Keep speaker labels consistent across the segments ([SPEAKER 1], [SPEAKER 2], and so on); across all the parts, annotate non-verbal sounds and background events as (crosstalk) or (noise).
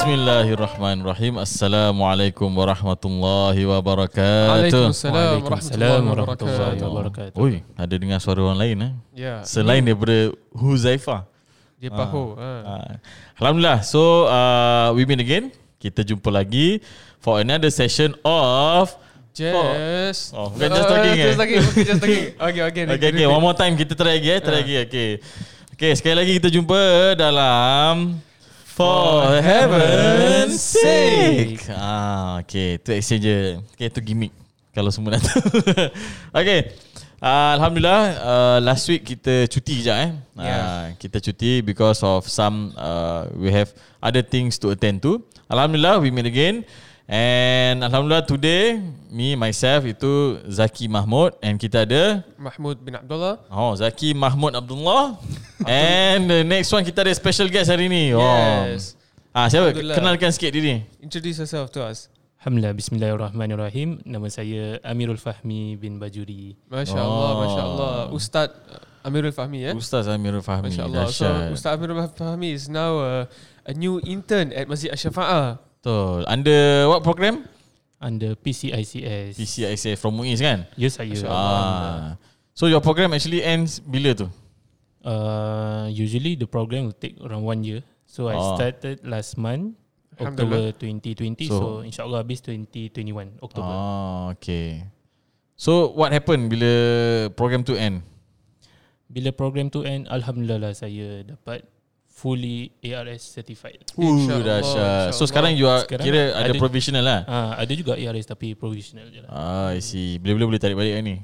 [SPEAKER 1] Bismillahirrahmanirrahim. Assalamualaikum warahmatullahi Ah, wabarakatuh.
[SPEAKER 2] Waalaikumsalam warahmatullahi wabarakatuh.
[SPEAKER 3] wabarakatuh.
[SPEAKER 1] Oi, ada dengar suara orang lain eh?
[SPEAKER 2] Ya,
[SPEAKER 1] Selain daripada Huzaifa.
[SPEAKER 2] dia paho. Ha.
[SPEAKER 1] Uh, Alhamdulillah. So, uh, we meet again. Kita jumpa lagi for another session of
[SPEAKER 2] Just
[SPEAKER 1] Oh, bukan just talking, eh?
[SPEAKER 2] Just talking, bukan just talking. (laughs) Okay, okay.
[SPEAKER 1] Okay, okay, one more time kita try lagi eh, try lagi. Okay. Okay, sekali lagi kita jumpa dalam For heaven's sake. Ah, okay, tu exchange je. Okay, tu gimmick kalau semua nak (laughs) tahu. okay. Uh, Alhamdulillah uh, last week kita cuti kejap eh. Uh,
[SPEAKER 2] Yeah.
[SPEAKER 1] kita cuti because of some uh, we have other things to attend to. Alhamdulillah we meet again. And Alhamdulillah today me myself itu Zaki Mahmud and kita ada
[SPEAKER 2] Mahmud bin Abdullah.
[SPEAKER 1] Oh, Zaki Mahmud Abdullah. And the next one kita ada special guest hari ni.
[SPEAKER 2] Yes.
[SPEAKER 1] Oh. Ah, siapa?
[SPEAKER 2] Abdullah.
[SPEAKER 1] Kenalkan sikit diri.
[SPEAKER 2] Introduce yourself to us.
[SPEAKER 3] Alhamdulillah, bismillahirrahmanirrahim. Nama saya Amirul Fahmi bin Bajuri.
[SPEAKER 2] Masya
[SPEAKER 1] Oh.
[SPEAKER 2] Allah, Masya Allah. Ustaz Amirul Fahmi, eh?
[SPEAKER 1] Ustaz Amirul Fahmi.
[SPEAKER 2] Masya Allah. So,
[SPEAKER 1] Hmm, Dahsyat.
[SPEAKER 2] Ustaz Amirul Fahmi is now a, a new intern at Masjid Ash-Shafa'ah.
[SPEAKER 1] Betul. Under what program?
[SPEAKER 3] Under PCICS.
[SPEAKER 1] PCISA from MUIS kan?
[SPEAKER 3] Ya saya.
[SPEAKER 1] Ah. So your program actually ends bila tu?
[SPEAKER 3] Uh, usually the program will take around one year. So I
[SPEAKER 1] Ah.
[SPEAKER 3] started last month, October 2020. So, so insyaAllah habis 2021, October.
[SPEAKER 1] Ah, okay. So what happened bila program tu end?
[SPEAKER 3] Bila program tu end, Alhamdulillah lah saya dapat fully ARS certified.
[SPEAKER 1] Ooh,
[SPEAKER 2] Insya
[SPEAKER 1] dahsyat.
[SPEAKER 2] Allah, insya
[SPEAKER 1] So
[SPEAKER 2] Allah.
[SPEAKER 1] sekarang you are
[SPEAKER 3] Sekarang
[SPEAKER 1] kira ada,
[SPEAKER 3] ada-
[SPEAKER 1] provisional lah.
[SPEAKER 3] Ah, ada juga ARS tapi provisional je lah.
[SPEAKER 1] Ah, I see. Bila-bila boleh tarik balik kan ni.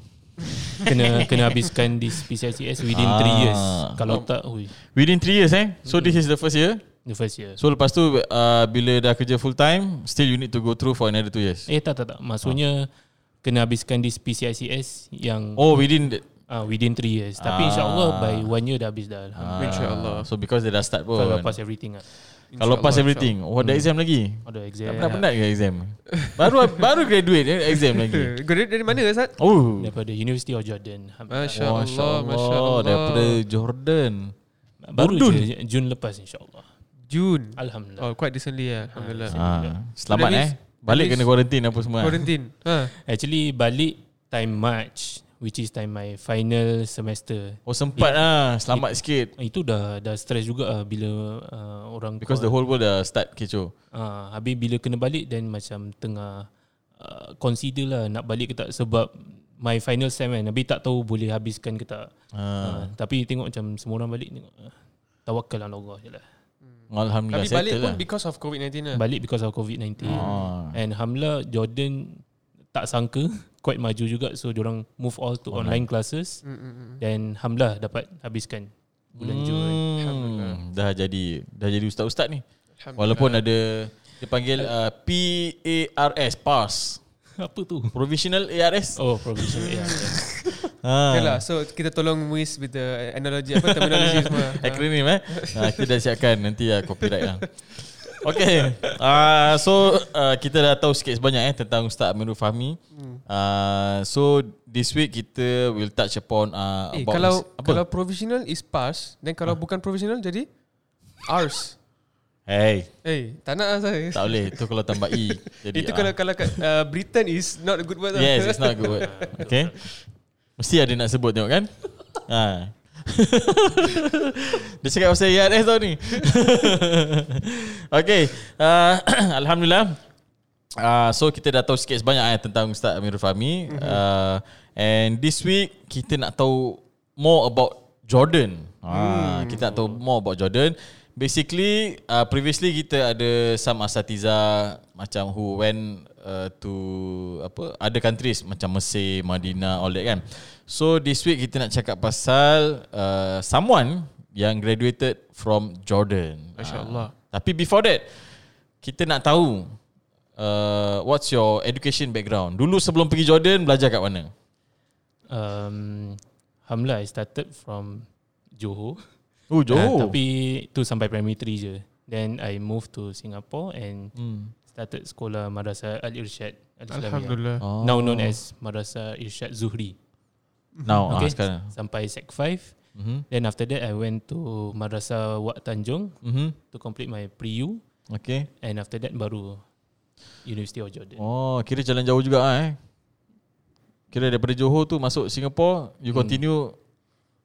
[SPEAKER 3] Kena kena habiskan this PCICS within 3
[SPEAKER 1] Ah.
[SPEAKER 3] years. Kalau tak, hui,
[SPEAKER 1] Within 3 years eh. So this is the first year.
[SPEAKER 3] the first year.
[SPEAKER 1] So lepas tu uh, bila dah kerja full time, still you need to go through for another 2 years.
[SPEAKER 3] Eh tak tak tak. Maksudnya kena habiskan this PCICS yang
[SPEAKER 1] Oh within the,
[SPEAKER 3] uh, within 3 years. Tapi
[SPEAKER 1] Ah.
[SPEAKER 3] insyaAllah by 1 year dah habis dah. Alhamdulillah.
[SPEAKER 1] ah,
[SPEAKER 2] InsyaAllah.
[SPEAKER 1] So because dia dah start pun.
[SPEAKER 3] Kalau pass everything lah.
[SPEAKER 1] Kalau
[SPEAKER 2] Insya
[SPEAKER 1] pass
[SPEAKER 2] Allah, Hmm. Ya.
[SPEAKER 1] everything. Oh ada exam lagi.
[SPEAKER 3] Ada exam.
[SPEAKER 1] Dah penat ke exam? baru baru graduate eh, exam
[SPEAKER 2] (laughs) insya Allah.
[SPEAKER 1] lagi.
[SPEAKER 2] Kau dari- dari mana, Ustaz?
[SPEAKER 1] Oh.
[SPEAKER 3] Daripada University of Jordan. Alhamdulillah.
[SPEAKER 2] Masya Allah, Masya
[SPEAKER 1] Allah, Daripada
[SPEAKER 2] Allah.
[SPEAKER 1] Jordan.
[SPEAKER 3] Baru
[SPEAKER 1] Urdun.
[SPEAKER 3] je Jun lepas insyaAllah.
[SPEAKER 2] June.
[SPEAKER 3] Alhamdulillah.
[SPEAKER 2] Oh, quite recently, ya. Alhamdulillah.
[SPEAKER 1] Ah, selamat
[SPEAKER 2] That
[SPEAKER 1] eh. Balik
[SPEAKER 2] means- that
[SPEAKER 1] kena
[SPEAKER 2] means-
[SPEAKER 1] quarantine apa semua.
[SPEAKER 2] Quarantine. Ha.
[SPEAKER 3] Actually balik time March which is time my final semester.
[SPEAKER 1] Oh sempat ah. Selamat sikit.
[SPEAKER 3] Itu dah dah stress juga lah bila uh, orang
[SPEAKER 1] Because the
[SPEAKER 3] call.
[SPEAKER 1] whole world dah start kecoh.
[SPEAKER 3] Ah, habis bila kena balik then macam tengah uh, consider lah nak balik ke tak sebab my final sem kan. Habis tak tahu boleh habiskan ke tak.
[SPEAKER 1] Ah.
[SPEAKER 3] Ah, tapi tengok macam semua orang balik tengok. ah, Tawakal ala Allah je lah.
[SPEAKER 1] Alhamdulillah
[SPEAKER 2] Tapi balik
[SPEAKER 1] settle
[SPEAKER 2] pun
[SPEAKER 1] lah.
[SPEAKER 2] because of COVID-19 lah.
[SPEAKER 3] Balik because of COVID-19.
[SPEAKER 1] Ah.
[SPEAKER 3] And Hamla Jordan tak sangka (laughs) quite maju juga so diorang move all to online, classes. Then Hamla dapat habiskan bulan Jun. (laughs)
[SPEAKER 1] Hmm, dah jadi dah jadi ustaz-ustaz ni.
[SPEAKER 2] Alhamdulillah.
[SPEAKER 1] Walaupun ada dia panggil uh, PARS PARS
[SPEAKER 3] Apa tu?
[SPEAKER 1] Provisional ARS.
[SPEAKER 3] Oh, provisional ARS.
[SPEAKER 1] uh,
[SPEAKER 2] Okay lah, so kita tolong Muiz with the analogy apa
[SPEAKER 1] (laughs)
[SPEAKER 2] terminology semua.
[SPEAKER 1] Akronim
[SPEAKER 2] (laughs)
[SPEAKER 1] eh. Ha, kita dah siapkan nanti ya copyright lah. Okay, uh, so uh, kita dah tahu sikit sebanyak eh tentang Ustaz Amirul Fahmi.
[SPEAKER 2] Hmm.
[SPEAKER 1] Uh, so this week kita will touch upon uh,
[SPEAKER 2] Eh,
[SPEAKER 1] about
[SPEAKER 2] kalau
[SPEAKER 1] apa? Ah.
[SPEAKER 2] kalau provisional is pass, then kalau bukan provisional jadi ours.
[SPEAKER 1] hey
[SPEAKER 2] Eh, tak nak lah saya.
[SPEAKER 1] tak boleh tu kalau tambah e
[SPEAKER 2] (laughs)
[SPEAKER 1] jadi
[SPEAKER 2] Itu
[SPEAKER 1] ah.
[SPEAKER 2] kalau kalau kat uh, Britain is not a good word. lah.
[SPEAKER 1] Yes, it's not a
[SPEAKER 2] (laughs)
[SPEAKER 1] good word. Okay. Mesti ada nak sebut tengok kan? ha. (laughs) Dia cakap pasal IRS tau ni. okay. Uh, (clears throat) Alhamdulillah. Uh, so kita dah tahu sikit sebanyak eh, tentang Ustaz Amirul Fahmi. Uh, and this week kita nak tahu more about Jordan. Ah, Kita nak tahu more about Jordan. Basically, uh, previously kita ada some asatiza macam who went uh, to apa other countries macam Mesir, Madinah, all that kan. So this week kita nak cakap pasal uh, someone yang graduated from Jordan.
[SPEAKER 2] Masya-Allah.
[SPEAKER 1] Ah, tapi before that, kita nak tahu uh, what's your education background. Dulu sebelum pergi Jordan belajar kat mana?
[SPEAKER 3] Um, Hamla I started from Johor.
[SPEAKER 1] Oh,
[SPEAKER 3] Ah, tapi tu sampai primary 3 je. Then I moved to Singapore and
[SPEAKER 1] Hmm.
[SPEAKER 3] started sekolah Madrasah Al-Irsyad Al-Islamiyah.
[SPEAKER 2] Alhamdulillah.
[SPEAKER 1] Oh.
[SPEAKER 3] Now known as Madrasah Irsyad Zuhri.
[SPEAKER 1] now okay.
[SPEAKER 3] Okay.
[SPEAKER 1] ah, sekarang.
[SPEAKER 3] Sampai sec 5.
[SPEAKER 1] Mhm.
[SPEAKER 3] Then after that I went to Madrasah Wak Tanjung
[SPEAKER 1] Mhm.
[SPEAKER 3] to complete my pre-U.
[SPEAKER 1] Okay.
[SPEAKER 3] And after that baru University of Jordan.
[SPEAKER 1] Oh, kira jalan jauh juga ah, eh. Kira daripada Johor tu masuk Singapore, you
[SPEAKER 3] Hmm.
[SPEAKER 1] continue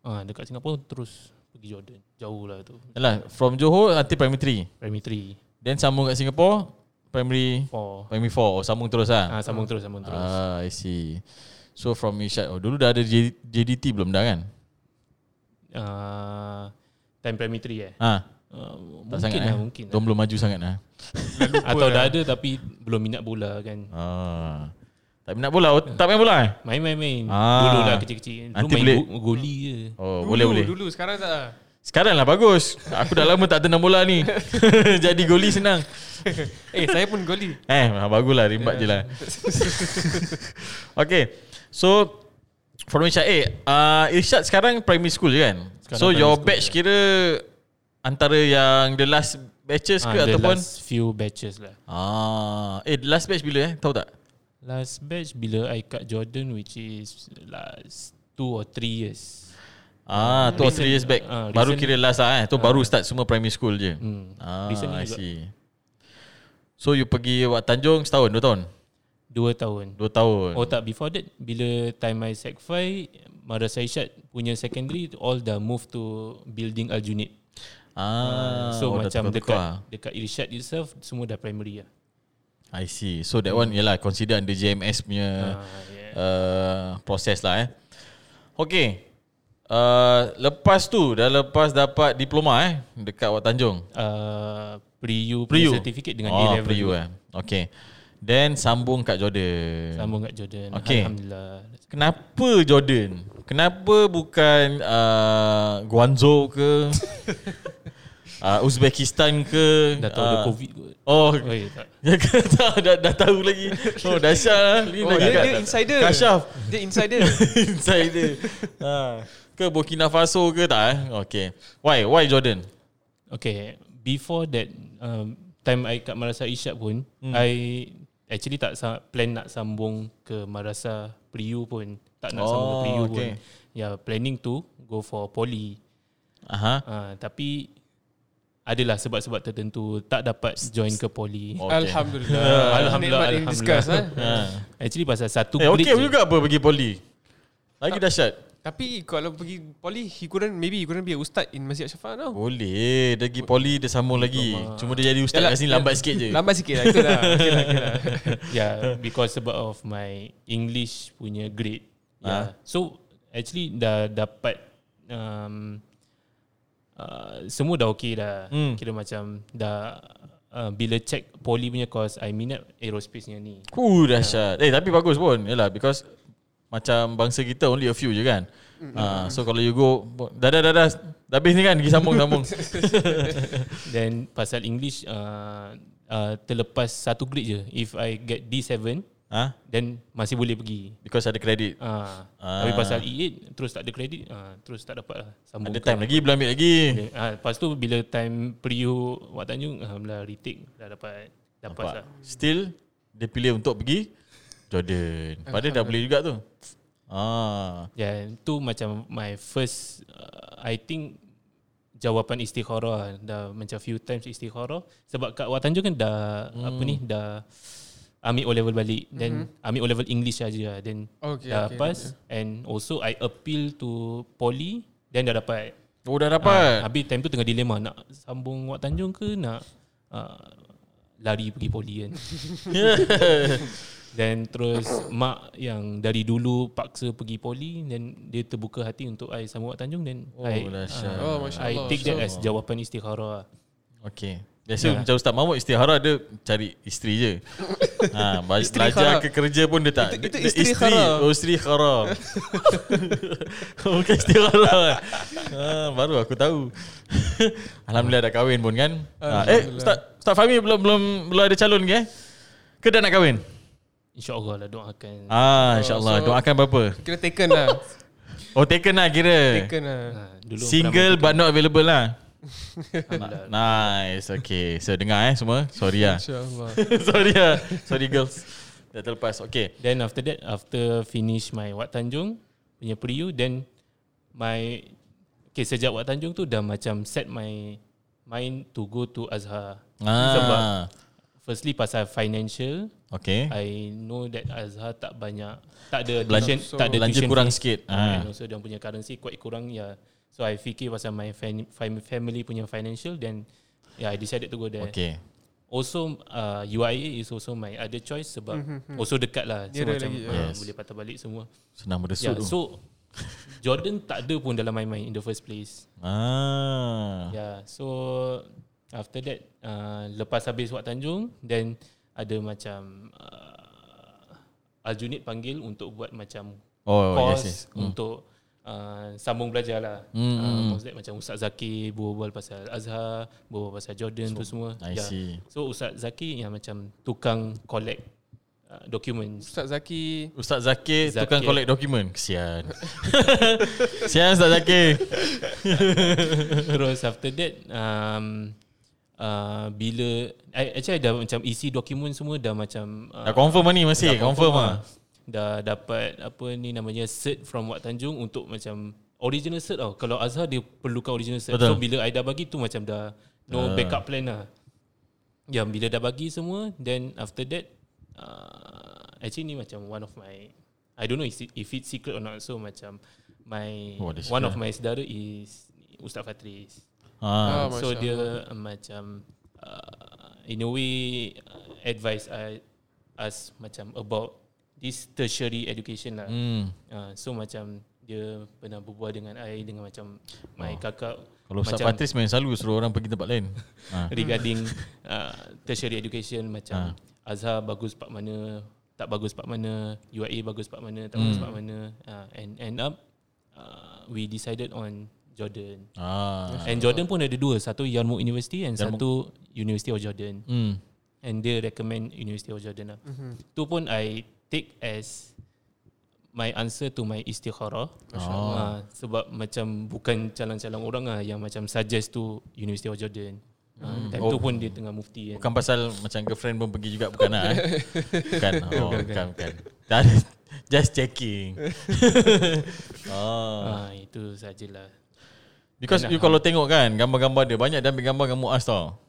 [SPEAKER 3] Ah, dekat Singapura terus pergi Jordan. Jauh lah tu.
[SPEAKER 1] Yalah, from Johor until primary 3.
[SPEAKER 3] Primary
[SPEAKER 1] Then sambung kat Singapore, primary
[SPEAKER 3] 3, 4.
[SPEAKER 1] primary 4 oh, sambung terus ah.
[SPEAKER 3] Ah, sambung terus, sambung terus.
[SPEAKER 1] Ah, I see. So from Ishad, oh, dulu dah ada J- JDT belum dah kan?
[SPEAKER 3] Uh, time primary 3 eh.
[SPEAKER 1] Ha,
[SPEAKER 3] Uh,
[SPEAKER 1] Ah. tak
[SPEAKER 3] mungkin
[SPEAKER 1] sangat
[SPEAKER 3] lah,
[SPEAKER 1] eh.
[SPEAKER 3] mungkin
[SPEAKER 1] Tuan belum maju sangat lah.
[SPEAKER 3] lah. Atau dah ada tapi belum minat bola kan.
[SPEAKER 1] Ah. Tak minat bola, oh, tak main bola eh?
[SPEAKER 3] Main-main-main.
[SPEAKER 1] Ah.
[SPEAKER 3] Dulu lah kecil-kecil. Dulu
[SPEAKER 1] Nanti
[SPEAKER 3] main
[SPEAKER 1] boleh-
[SPEAKER 3] go- goli je.
[SPEAKER 1] Oh,
[SPEAKER 2] Dulu,
[SPEAKER 1] boleh boleh.
[SPEAKER 2] Dulu sekarang tak lah.
[SPEAKER 1] Sekarang lah bagus. Aku dah lama tak tendang bola ni. (laughs) Jadi goli senang.
[SPEAKER 2] Eh saya pun goli.
[SPEAKER 1] Eh, baguslah rimbat je (laughs) lah. okay. So from Irsyad eh uh, Irsyad sekarang primary school je kan?
[SPEAKER 3] Sekarang
[SPEAKER 1] so
[SPEAKER 3] primary
[SPEAKER 1] your
[SPEAKER 3] school ya.
[SPEAKER 1] batch
[SPEAKER 3] je.
[SPEAKER 1] kira antara yang the last batches
[SPEAKER 3] Ah,
[SPEAKER 1] ke
[SPEAKER 3] the
[SPEAKER 1] ataupun
[SPEAKER 3] last few batches lah.
[SPEAKER 1] ah eh the last batch bila eh? Tahu tak?
[SPEAKER 3] Last batch bila I cut Jordan which is last 2 or 3 years.
[SPEAKER 1] Ah, tu or three years back.
[SPEAKER 3] ah,
[SPEAKER 1] baru
[SPEAKER 3] recent-
[SPEAKER 1] kira
[SPEAKER 3] Ah.
[SPEAKER 1] last lah eh. Tu baru start semua primary school je.
[SPEAKER 3] Hmm.
[SPEAKER 1] Ah,
[SPEAKER 3] Recent
[SPEAKER 1] I
[SPEAKER 3] juga.
[SPEAKER 1] see. So you pergi Wak Tanjung setahun, dua tahun?
[SPEAKER 3] 2 tahun.
[SPEAKER 1] Dua tahun.
[SPEAKER 3] Oh tak, before that bila time I sec 5, Madrasah Isyad punya secondary all dah move to building Aljunied.
[SPEAKER 1] Ah,
[SPEAKER 3] so
[SPEAKER 1] oh, dah tukar-tukar
[SPEAKER 3] macam dekat
[SPEAKER 1] ah.
[SPEAKER 3] dekat Irsyad itself semua dah primary lah.
[SPEAKER 1] I see. So that one ialah consider under JMS punya
[SPEAKER 3] Ah, yeah.
[SPEAKER 1] uh, proses lah eh. Okay. Uh, lepas tu dah lepas dapat diploma eh dekat Wat Tanjung.
[SPEAKER 3] Uh, pre-U
[SPEAKER 1] Pre
[SPEAKER 3] punya
[SPEAKER 1] U.
[SPEAKER 3] certificate dengan
[SPEAKER 1] oh,
[SPEAKER 3] A-level.
[SPEAKER 1] pre U eh. Okay. Then sambung kat Jordan.
[SPEAKER 3] Sambung kat Jordan.
[SPEAKER 1] Hmm. Okay. Hmm,
[SPEAKER 3] Alhamdulillah.
[SPEAKER 1] Kenapa Jordan? Kenapa bukan uh, Guangzhou ke? uh, Uzbekistan ke?
[SPEAKER 3] Dah tahu ada
[SPEAKER 1] Ah,
[SPEAKER 3] COVID kot.
[SPEAKER 1] Oh, (laughs)
[SPEAKER 3] Oh, ya, tak.
[SPEAKER 1] Ya ke tak dah, dah tahu lagi. Oh dahsyat lah. Ni
[SPEAKER 2] Oh,
[SPEAKER 1] lagi
[SPEAKER 2] dia,
[SPEAKER 1] kat-
[SPEAKER 2] dia insider.
[SPEAKER 1] Kasyaf
[SPEAKER 2] Dia insider.
[SPEAKER 1] (laughs) insider. ha. Ke Burkina Faso ke tak eh? Okay. Why? Why Jordan?
[SPEAKER 3] Okay, before that um, time I kat Madrasah Isyad pun, hmm. I actually tak sa- plan nak sambung ke Madrasah Priu pun. Tak nak sambung ke
[SPEAKER 1] Oh,
[SPEAKER 3] Priu pun.
[SPEAKER 1] okay.
[SPEAKER 3] Yeah, planning to go for poly.
[SPEAKER 1] Aha.
[SPEAKER 3] Uh, tapi adalah sebab-sebab tertentu tak dapat join ke poly.
[SPEAKER 1] Okay. (laughs)
[SPEAKER 2] Alhamdulillah.
[SPEAKER 3] Alhamdulillah,
[SPEAKER 2] Nikmat in disguise,
[SPEAKER 3] Alhamdulillah.
[SPEAKER 2] eh.
[SPEAKER 1] Ha.
[SPEAKER 3] Actually pasal satu
[SPEAKER 1] Eh,
[SPEAKER 3] grade
[SPEAKER 1] okay
[SPEAKER 3] je.
[SPEAKER 1] juga apa pergi poli. Lagi dahsyat.
[SPEAKER 2] Tapi kalau pergi poly, he couldn't, maybe he couldn't be a ustaz in Masjid Ashrafah now.
[SPEAKER 1] Boleh. Dia pergi poli, dia sambung lagi. Cuma dia jadi ustaz
[SPEAKER 2] Yalah,
[SPEAKER 1] kat sini lambat sikit
[SPEAKER 2] (laughs)
[SPEAKER 3] Eh.
[SPEAKER 1] je.
[SPEAKER 2] Lambat sikit lah. Itulah.
[SPEAKER 3] (laughs)
[SPEAKER 2] Okay lah, okay lah.
[SPEAKER 3] Yeah, Ya, because sebab of my English punya grade.
[SPEAKER 1] Ah.
[SPEAKER 3] Yeah. So actually dah dapat um, uh, semua dah okay dah.
[SPEAKER 1] Hmm.
[SPEAKER 3] Kira macam dah uh, bila check poly punya course I minat aerospace punya ni.
[SPEAKER 1] Uh, dahsyat. Eh, tapi bagus pun. Yalah, because macam bangsa kita only a few je kan. Ha, so kalau you go dah dah dah dah dah habis ni kan pergi sambung-sambung.
[SPEAKER 3] Then pasal English uh, uh, terlepas satu grade je. If I get D7
[SPEAKER 1] ha?
[SPEAKER 3] then masih boleh pergi.
[SPEAKER 1] Because ada kredit.
[SPEAKER 3] Ah,
[SPEAKER 1] Ah.
[SPEAKER 3] ah. Tapi pasal E8 terus tak ada kredit, ah, terus tak dapat lah sambung.
[SPEAKER 1] Ada
[SPEAKER 3] ke-
[SPEAKER 1] time lagi, belum ambil lagi.
[SPEAKER 3] Bila, ha, lepas tu bila time Priu Wak Tanjung Alhamdulillah retake dah dapat dapat
[SPEAKER 1] Nampak?
[SPEAKER 3] lah.
[SPEAKER 1] Still dia pilih untuk pergi Jordan. Padahal dah boleh juga tu. Ah,
[SPEAKER 3] Yeah, tu macam my first uh, I think jawapan istikharah lah. dah macam few times istikharah sebab kat Wak Tanjung kan dah hmm. apa ni dah ambil O level balik then ambil O level English aja lah. then
[SPEAKER 2] Hmm. Okay,
[SPEAKER 3] dah
[SPEAKER 2] okay,
[SPEAKER 3] pass and also I appeal to poly then dah dapat
[SPEAKER 1] oh dah
[SPEAKER 3] Ah,
[SPEAKER 1] dapat.
[SPEAKER 3] habis time tu tengah dilema nak sambung Wak Tanjung ke nak uh, lari pergi poly kan
[SPEAKER 1] Ah. (laughs)
[SPEAKER 3] Then terus mak yang dari dulu paksa pergi poli then dia terbuka hati untuk I sama Wak Tanjung then
[SPEAKER 1] Oh,
[SPEAKER 3] I
[SPEAKER 1] dahsyat.
[SPEAKER 3] ah,
[SPEAKER 2] Oh, Masya
[SPEAKER 3] I
[SPEAKER 2] Allah.
[SPEAKER 3] take that as jawapan istikharah. lah.
[SPEAKER 1] Okey. Biasa
[SPEAKER 2] lah.
[SPEAKER 1] macam Ustaz Mahmud istihara dia cari isteri
[SPEAKER 2] (laughs)
[SPEAKER 1] je. ha, ba-
[SPEAKER 2] Isteri
[SPEAKER 1] belajar
[SPEAKER 2] khara.
[SPEAKER 1] ke kerja pun dia tak.
[SPEAKER 2] Itu- itu
[SPEAKER 1] dia- dia
[SPEAKER 2] isteri khara.
[SPEAKER 1] Oh, isteri khara.
[SPEAKER 2] (laughs)
[SPEAKER 1] Bukan istihara. ha, baru aku tahu. (laughs) Alhamdulillah dah kahwin pun kan. Ha, eh, Ustaz, Ustaz Fahmi belum belum belum ada calon ke? eh? Ke dah nak kahwin?
[SPEAKER 3] InsyaAllah lah doakan.
[SPEAKER 1] Ah, insyaAllah.
[SPEAKER 2] so-
[SPEAKER 1] Doakan berapa?
[SPEAKER 2] Kira taken lah.
[SPEAKER 1] Oh, taken lah kira.
[SPEAKER 2] Taken lah.
[SPEAKER 3] Eh. Ah, dulu
[SPEAKER 1] Single but not available
[SPEAKER 2] (laughs)
[SPEAKER 1] lah. nice. Okay. So dengar eh semua. Sorry lah.
[SPEAKER 2] InsyaAllah.
[SPEAKER 1] (laughs) Sorry lah. Sorry girls. Dah terlepas. Okay.
[SPEAKER 3] Then after that after finish my Wak Tanjung punya priu then my okay sejak Wak Tanjung tu dah macam set my mind to go to Azhar. Sebab
[SPEAKER 1] Ah.
[SPEAKER 3] firstly pasal financial,
[SPEAKER 1] Okay.
[SPEAKER 3] I know that Azhar tak banyak tak ada
[SPEAKER 1] Belanja-
[SPEAKER 3] tuition, tak ada
[SPEAKER 1] belanja
[SPEAKER 3] tuition
[SPEAKER 1] kurang
[SPEAKER 3] fee.
[SPEAKER 1] sikit. Ah.
[SPEAKER 3] Ah. And also dia punya currency quite kurang ya. So I fikir pasal my fan, fam- family punya financial then yeah I decided to go there.
[SPEAKER 1] Okay.
[SPEAKER 3] Also uh, UIA is also my other choice sebab also dekat lah. So
[SPEAKER 2] Nearer
[SPEAKER 3] macam
[SPEAKER 2] lagi,
[SPEAKER 3] ah,
[SPEAKER 1] Yes.
[SPEAKER 3] boleh patah balik semua.
[SPEAKER 1] Senang
[SPEAKER 3] Yeah,
[SPEAKER 1] berdesut tu.
[SPEAKER 3] so Jordan tak ada pun dalam my mind in the first place.
[SPEAKER 1] Ah.
[SPEAKER 3] Yeah, so after that uh, lepas habis Wak Tanjung then ada macam uh, Aljunit panggil untuk buat macam
[SPEAKER 1] Oh, yes,
[SPEAKER 3] course
[SPEAKER 1] yes.
[SPEAKER 3] untuk uh, sambung belajar lah.
[SPEAKER 1] Hmm,
[SPEAKER 3] Uh, most like macam Ustaz Zaki berbual pasal Azhar, berbual pasal Jordan so, tu semua. Ya.
[SPEAKER 1] I see.
[SPEAKER 3] So Ustaz Zaki yang macam tukang collect uh,
[SPEAKER 1] (laughs)
[SPEAKER 3] documents.
[SPEAKER 2] Ustaz Zaki
[SPEAKER 1] Ustaz Zakir,
[SPEAKER 3] Zakir.
[SPEAKER 1] tukang collect dokumen. (laughs) Kesian. Kesian Ustaz Zakir.
[SPEAKER 3] Terus after that um, uh, bila I, actually I dah macam isi dokumen semua dah macam uh,
[SPEAKER 1] Dah confirm lah ni masih. confirm ah.
[SPEAKER 3] Dah dapat apa ni namanya cert from Wak Tanjung untuk macam original cert tau. Kalau Azhar dia perlukan original cert.
[SPEAKER 1] Betul. Ah.
[SPEAKER 3] So bila I dah bagi tu macam dah no backup plan lah. Ya bila dah bagi semua then after that uh, actually ni macam one of my I don't know if, it- if it's secret or not so macam my
[SPEAKER 1] Oh,
[SPEAKER 3] oh,
[SPEAKER 1] ada
[SPEAKER 3] one
[SPEAKER 1] secret
[SPEAKER 3] of my saudara is Ustaz Fatris.
[SPEAKER 1] Ah.
[SPEAKER 2] Ah,
[SPEAKER 3] So
[SPEAKER 2] Masya
[SPEAKER 3] dia uh, macam uh, in a way uh, advise I, us macam about this tertiary education lah.
[SPEAKER 1] Hmm.
[SPEAKER 3] Mm. Uh, so macam dia pernah berbual dengan I dengan macam my kakak
[SPEAKER 1] Oh. Kalau Ustaz
[SPEAKER 3] macam
[SPEAKER 1] Patris main selalu suruh orang pergi tempat lain. Ah.
[SPEAKER 3] regarding (laughs) uh, tertiary education macam
[SPEAKER 1] Ah.
[SPEAKER 3] Azhar bagus part mana, tak bagus part mana, UIA bagus part mana, tak
[SPEAKER 1] Hmm.
[SPEAKER 3] bagus part mana uh, and end up uh, we decided on Jordan.
[SPEAKER 1] Ah.
[SPEAKER 3] And Jordan pun ada dua Satu Yarmouk University And Yarmouk. satu University of Jordan
[SPEAKER 1] Hmm.
[SPEAKER 3] And they recommend University of Jordan lah mm-hmm. Tu pun I take as My answer to my istikharah oh. uh, Sebab macam Bukan calon-calon orang lah Yang macam suggest to University of Jordan uh, Time oh. tu pun dia tengah mufti kan
[SPEAKER 1] Hmm. Bukan pasal macam girlfriend pun pergi juga bukan lah. Eh? Bukan. Oh, bukan, bukan. Tak ada. (laughs) Just checking. ah.
[SPEAKER 3] uh, Itu sajalah
[SPEAKER 1] Because you kalau tengok kan gambar-gambar dia banyak dan gambar dengan Muaz tau.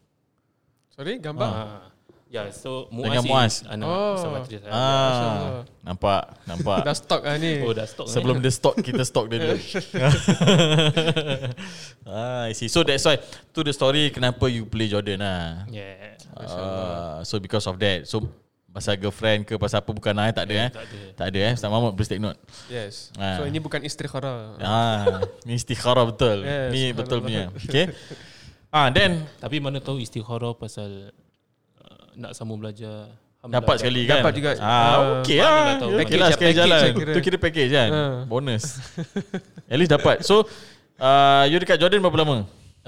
[SPEAKER 2] Sorry gambar
[SPEAKER 3] uh, Ya yeah, so
[SPEAKER 1] Ah. Dengan
[SPEAKER 3] Muaz,
[SPEAKER 1] Muaz.
[SPEAKER 3] is Anak
[SPEAKER 2] Oh.
[SPEAKER 3] oh. sama Tris
[SPEAKER 1] Ah. Nampak, nampak.
[SPEAKER 2] Dah stock lah ni
[SPEAKER 3] Oh dah stok eh.
[SPEAKER 1] Sebelum dia stalk Kita stalk dia dulu ah, I see So that's why To the story Kenapa you play Jordan lah
[SPEAKER 3] kan? Yeah
[SPEAKER 1] uh, So because of that So Pasal girlfriend ke Pasal apa Bukan lah eh, tak ada eh
[SPEAKER 3] Tak ada
[SPEAKER 1] Tak ada eh Ustaz Mahmud please take note
[SPEAKER 2] Yes
[SPEAKER 1] Ah.
[SPEAKER 2] So ini bukan istikharah
[SPEAKER 1] ah, Ni istikharah betul
[SPEAKER 2] Yes,
[SPEAKER 1] Ni betul punya
[SPEAKER 2] (laughs)
[SPEAKER 1] Okay Ah, Then
[SPEAKER 3] Tapi mana tahu istikharah pasal uh, nak sambung belajar. Alhamdulillah.
[SPEAKER 1] Dapat sekali kan
[SPEAKER 2] Dapat juga.
[SPEAKER 1] ah, Okay lah
[SPEAKER 3] tahu.
[SPEAKER 1] Okay
[SPEAKER 2] Package
[SPEAKER 1] lah
[SPEAKER 2] lah,
[SPEAKER 1] sekali
[SPEAKER 2] package
[SPEAKER 1] jalan
[SPEAKER 2] saya kira.
[SPEAKER 1] Tu kira package kan
[SPEAKER 2] Ah. (laughs)
[SPEAKER 1] Bonus At least dapat So uh, You dekat Jordan berapa lama?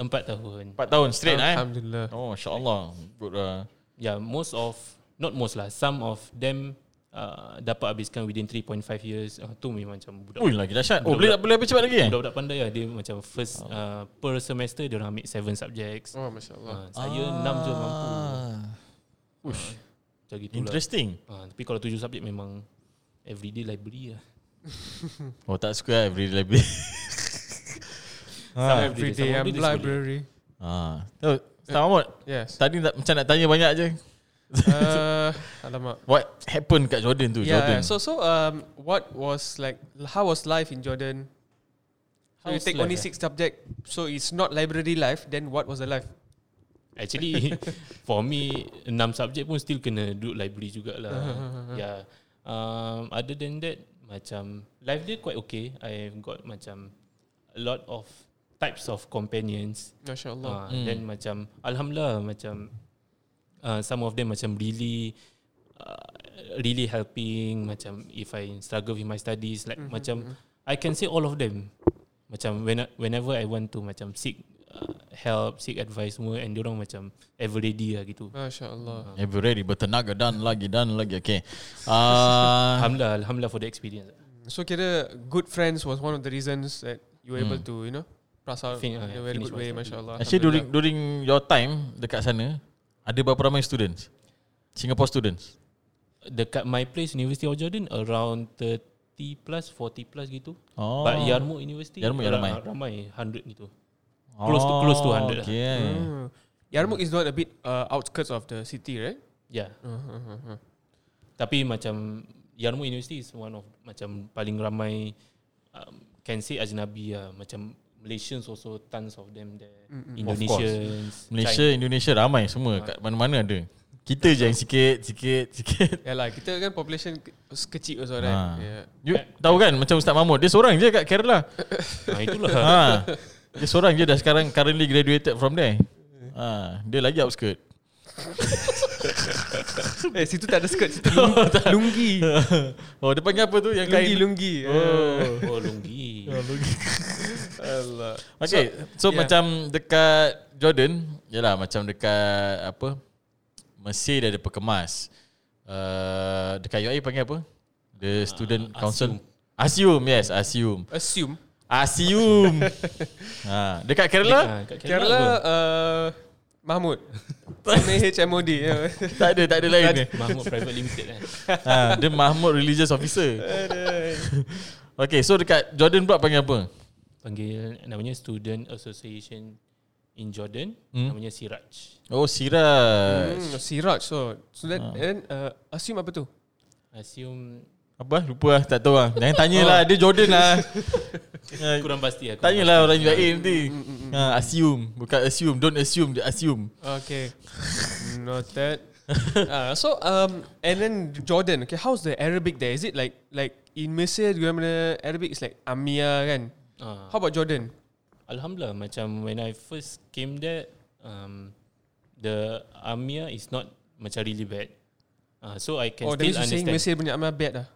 [SPEAKER 3] Empat
[SPEAKER 1] 4
[SPEAKER 3] tahun.
[SPEAKER 1] tahun straight lah eh
[SPEAKER 2] Alhamdulillah
[SPEAKER 1] Oh, insyaAllah. Good lah.
[SPEAKER 3] Yeah, Ya, most of not most lah. Some of them uh, dapat habiskan within 3.5 years. Uh, tu memang macam budak.
[SPEAKER 1] Ui, lagi dahsyat. Oh, boleh, boleh habis cepat lagi eh? Ah.
[SPEAKER 3] Budak-budak pandai lah. Dia macam first uh, per semester dia orang ambil 7 subjects.
[SPEAKER 2] Oh Masya Allah
[SPEAKER 3] Uh, saya 6 je mampu.
[SPEAKER 1] Ush,
[SPEAKER 3] Macam gitulah.
[SPEAKER 1] Ah, interesting.
[SPEAKER 3] Uh, tapi kalau 7 subjek memang everyday library lah.
[SPEAKER 1] Oh, tak suka lah every library.
[SPEAKER 2] (laughs)
[SPEAKER 3] Some
[SPEAKER 2] Every
[SPEAKER 3] some
[SPEAKER 2] day I'm
[SPEAKER 3] holidays boleh.
[SPEAKER 2] library
[SPEAKER 1] ha. Tu, Ustaz Mahmud,
[SPEAKER 3] (laughs)
[SPEAKER 2] Yes
[SPEAKER 1] tadi tak, macam nak tanya banyak je.
[SPEAKER 2] uh, Alamak
[SPEAKER 1] What happened kat Jordan tu?
[SPEAKER 2] Yeah,
[SPEAKER 1] Jordan.
[SPEAKER 2] so so um, what was like? How was life in Jordan? So you
[SPEAKER 3] How's
[SPEAKER 2] take
[SPEAKER 3] life,
[SPEAKER 2] only
[SPEAKER 3] eh?
[SPEAKER 2] six subject, so it's not library life. Then what was the life?
[SPEAKER 3] Actually (laughs) For me Enam subjek pun Still kena duduk library jugalah Yeah um, Other than that Macam Life dia quite okay I've got macam A lot of Types of companions
[SPEAKER 2] Masya Allah.
[SPEAKER 3] uh, Then macam Alhamdulillah Macam uh, Some of them macam really uh, Really helping Macam If I struggle with my studies Like macam I can say all of them Macam when, Whenever I want to Macam seek uh, Help Seek advice semua And diorang macam Ever ready lah gitu
[SPEAKER 2] Masya Allah.
[SPEAKER 1] Every ready bertenaga dan lagi dan lagi. Okay. Uh,
[SPEAKER 3] Alhamdulillah Alhamdulillah for the experience
[SPEAKER 2] So kira good friends was one of the reasons that you were able to you know pass out
[SPEAKER 3] Fin-
[SPEAKER 2] in
[SPEAKER 3] yeah,
[SPEAKER 2] a very
[SPEAKER 3] finish
[SPEAKER 2] good way.
[SPEAKER 3] my
[SPEAKER 2] Masya Allah.
[SPEAKER 1] actually, during during your time dekat sana, ada berapa ramai students? Singapore students?
[SPEAKER 3] Dekat my place University of Jordan Around 30 plus 40 plus gitu
[SPEAKER 1] Oh.
[SPEAKER 3] But Yarmouk University
[SPEAKER 1] Yarmouk yang ramai.
[SPEAKER 3] Ramai 100 gitu Close to- close to 100
[SPEAKER 1] Oh,
[SPEAKER 3] lah.
[SPEAKER 1] Okay.
[SPEAKER 2] Hmm. Yarmouk is not a bit uh, outskirts of the city, right?
[SPEAKER 3] Yeah.
[SPEAKER 2] Uh-huh, uh-huh.
[SPEAKER 3] Tapi macam Yarmouk University is one of macam paling ramai um, can say ajnabi lah. Macam Malaysians also tons of them there.
[SPEAKER 1] Of
[SPEAKER 2] Mm, mm.
[SPEAKER 1] course.
[SPEAKER 3] Indonesians.
[SPEAKER 1] Malaysia, Indonesia ramai semua kat mana-mana ada. Kita je yang sikit, sikit, sikit.
[SPEAKER 2] Ya lah, kita kan population ke- kecil also, right?
[SPEAKER 1] Ah.
[SPEAKER 2] Yeah.
[SPEAKER 1] You
[SPEAKER 2] (laughs)
[SPEAKER 1] tahu kan macam Ustaz Mahmud, dia seorang je kat Kerala.
[SPEAKER 3] China. Ha, itulah.
[SPEAKER 1] ha. Dia seorang je dah sekarang currently graduated from there. Ha, dia lagi outskirt.
[SPEAKER 2] eh, situ tak ada skirt, (laughs) situ lung- (laughs) lunggi.
[SPEAKER 1] oh, dia panggil apa tu yang
[SPEAKER 2] Lunggi,
[SPEAKER 1] kain?
[SPEAKER 2] lunggi.
[SPEAKER 1] (laughs) Oh.
[SPEAKER 3] oh, Lungi.
[SPEAKER 2] Allah.
[SPEAKER 1] Okay, so, so
[SPEAKER 2] yeah.
[SPEAKER 1] yeah. macam dekat Jordan, yalah macam dekat apa? Mesir dia ada pekemas. Uh, dekat UAE panggil apa? The Student
[SPEAKER 3] Ah,
[SPEAKER 1] Council. Asium, yes, Asium.
[SPEAKER 2] Assume.
[SPEAKER 1] Asium. ha, dekat Kerala?
[SPEAKER 3] Ha, kat
[SPEAKER 2] Kerala,
[SPEAKER 3] Kerala. apa?
[SPEAKER 2] uh, (laughs) Mahmud. MHMOD. ya.
[SPEAKER 1] tak ada, tak ada lain. dia.
[SPEAKER 3] Mahmud Private Limited kan.
[SPEAKER 1] ha, dia Mahmud Religious Officer.
[SPEAKER 2] Aduh.
[SPEAKER 1] Okay, so dekat Jordan pula panggil apa?
[SPEAKER 3] Panggil namanya Student Association in Jordan.
[SPEAKER 1] Hmm.
[SPEAKER 3] Namanya Siraj.
[SPEAKER 1] Oh, Siraj.
[SPEAKER 2] Hmm, Siraj. So, so that, and, uh, assume apa tu?
[SPEAKER 3] Assume
[SPEAKER 1] Apa? Lupa lah, tak tahu lah. Jangan tanya lah, dia Jordan lah. Ha,
[SPEAKER 3] kurang pasti aku.
[SPEAKER 1] Tanyalah orang UAE nanti. Ha, assume. Bukan assume. Don't assume. Dia assume.
[SPEAKER 2] Okay. (laughs) Noted.
[SPEAKER 1] (laughs)
[SPEAKER 2] uh, so um and then Jordan, okay, how's the Arabic there? Is it like like in Mesir juga mana Arabic is like Amia kan?
[SPEAKER 3] Ah.
[SPEAKER 2] How about Jordan?
[SPEAKER 3] Alhamdulillah macam when I first came there um, the Amia is not macam really bad. Uh, so I can
[SPEAKER 2] oh, that
[SPEAKER 3] still
[SPEAKER 2] means you saying
[SPEAKER 3] understand.
[SPEAKER 2] Mesir punya Amia bad
[SPEAKER 1] (laughs)
[SPEAKER 2] lah.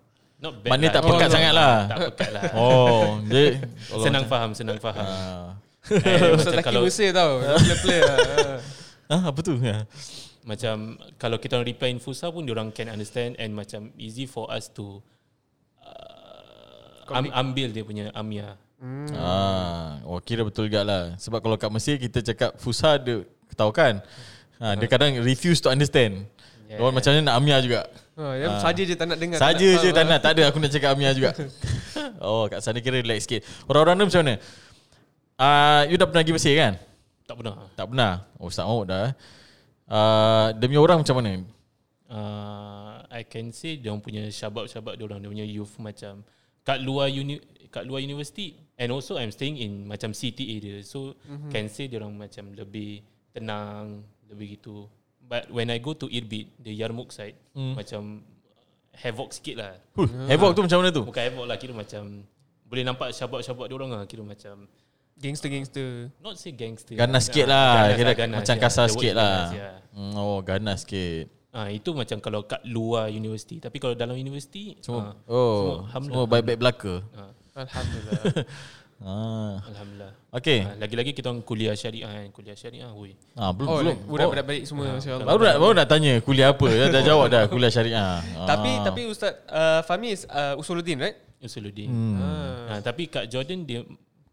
[SPEAKER 3] Not bad.
[SPEAKER 1] Maknanya tak
[SPEAKER 3] tapi-
[SPEAKER 1] pekat sangat lah.
[SPEAKER 3] Tak pekat lah.
[SPEAKER 1] Oh, dia...
[SPEAKER 3] Senang faham, senang faham.
[SPEAKER 1] Ha.
[SPEAKER 3] (laughs) Eh,
[SPEAKER 2] Ustaz
[SPEAKER 3] macam
[SPEAKER 2] lelaki
[SPEAKER 3] kalau
[SPEAKER 2] Mesir
[SPEAKER 1] (laughs)
[SPEAKER 2] tau. Play-play lah. Ah.
[SPEAKER 1] Ha, apa tu? Ha.
[SPEAKER 3] macam kalau kita orang reply in Fusa pun orang can understand and macam easy for us to uh, am, ambil dia punya Amia.
[SPEAKER 1] Ah, oh, kira betul juga lah. Sebab kalau kat Mesir, kita cakap Fusa, dia tahu kan? Ha, dia kadang refuse to understand. Yeah. Orang macam mana nak Amia juga.
[SPEAKER 2] Ah, yang saja je tak nak dengar.
[SPEAKER 1] Saja
[SPEAKER 2] tak nak
[SPEAKER 1] je
[SPEAKER 2] faham,
[SPEAKER 1] tak
[SPEAKER 2] ah.
[SPEAKER 1] nak. Tak ada aku nak cakap Amia juga. oh, kat sana kira relax sikit. Orang-orang ni macam mana? Uh, you dah pernah pergi Mesir kan?
[SPEAKER 3] Tak pernah.
[SPEAKER 1] Tak pernah. Oh, Ustaz Mahmud dah. eh. Uh, demi orang macam mana?
[SPEAKER 3] uh, I can say dia orang punya syabab-syabab dia orang dia punya youth macam kat luar uni kat luar universiti and also I'm staying in macam city area so
[SPEAKER 1] Mhm.
[SPEAKER 3] mm-hmm. can say dia orang macam lebih tenang lebih gitu but when I go to Irbit the Yarmouk side
[SPEAKER 1] Hmm.
[SPEAKER 3] mm. macam havoc sikit lah
[SPEAKER 1] Huh, havoc tu macam mana tu?
[SPEAKER 3] bukan havoc lah kira macam boleh nampak syabab-syabak dia orang lah kira macam
[SPEAKER 2] Gangster-gangster.
[SPEAKER 3] not say gangster
[SPEAKER 1] Ganas sikit lah. Kira macam kasar sikit lah. Hmm, Oh, ganas sikit.
[SPEAKER 3] Ah itu macam kalau kat luar universiti tapi kalau dalam universiti
[SPEAKER 1] Semua,
[SPEAKER 3] ah,
[SPEAKER 1] oh, semua
[SPEAKER 3] hamlah.
[SPEAKER 1] baik-baik belaka.
[SPEAKER 3] Ah,
[SPEAKER 2] Alhamdulillah.
[SPEAKER 1] Ah.
[SPEAKER 3] alhamdulillah.
[SPEAKER 1] Okay.
[SPEAKER 3] Ah, lagi-lagi kita orang kuliah syariah kan, kuliah syariah. Oi.
[SPEAKER 1] Ah, belum,
[SPEAKER 2] (laughs)
[SPEAKER 1] belum.
[SPEAKER 2] oh,
[SPEAKER 1] Ah.
[SPEAKER 2] like, budak-budak balik semua. Masya Allah.
[SPEAKER 1] Baru nak, baru nak tanya kuliah apa. Dah, dah jawab dah kuliah syariah. Ah.
[SPEAKER 2] Tapi tapi Ustaz uh, Fahmi is uh, Usuluddin, right?
[SPEAKER 3] Usuluddin. Hmm. Ah, tapi kat Jordan dia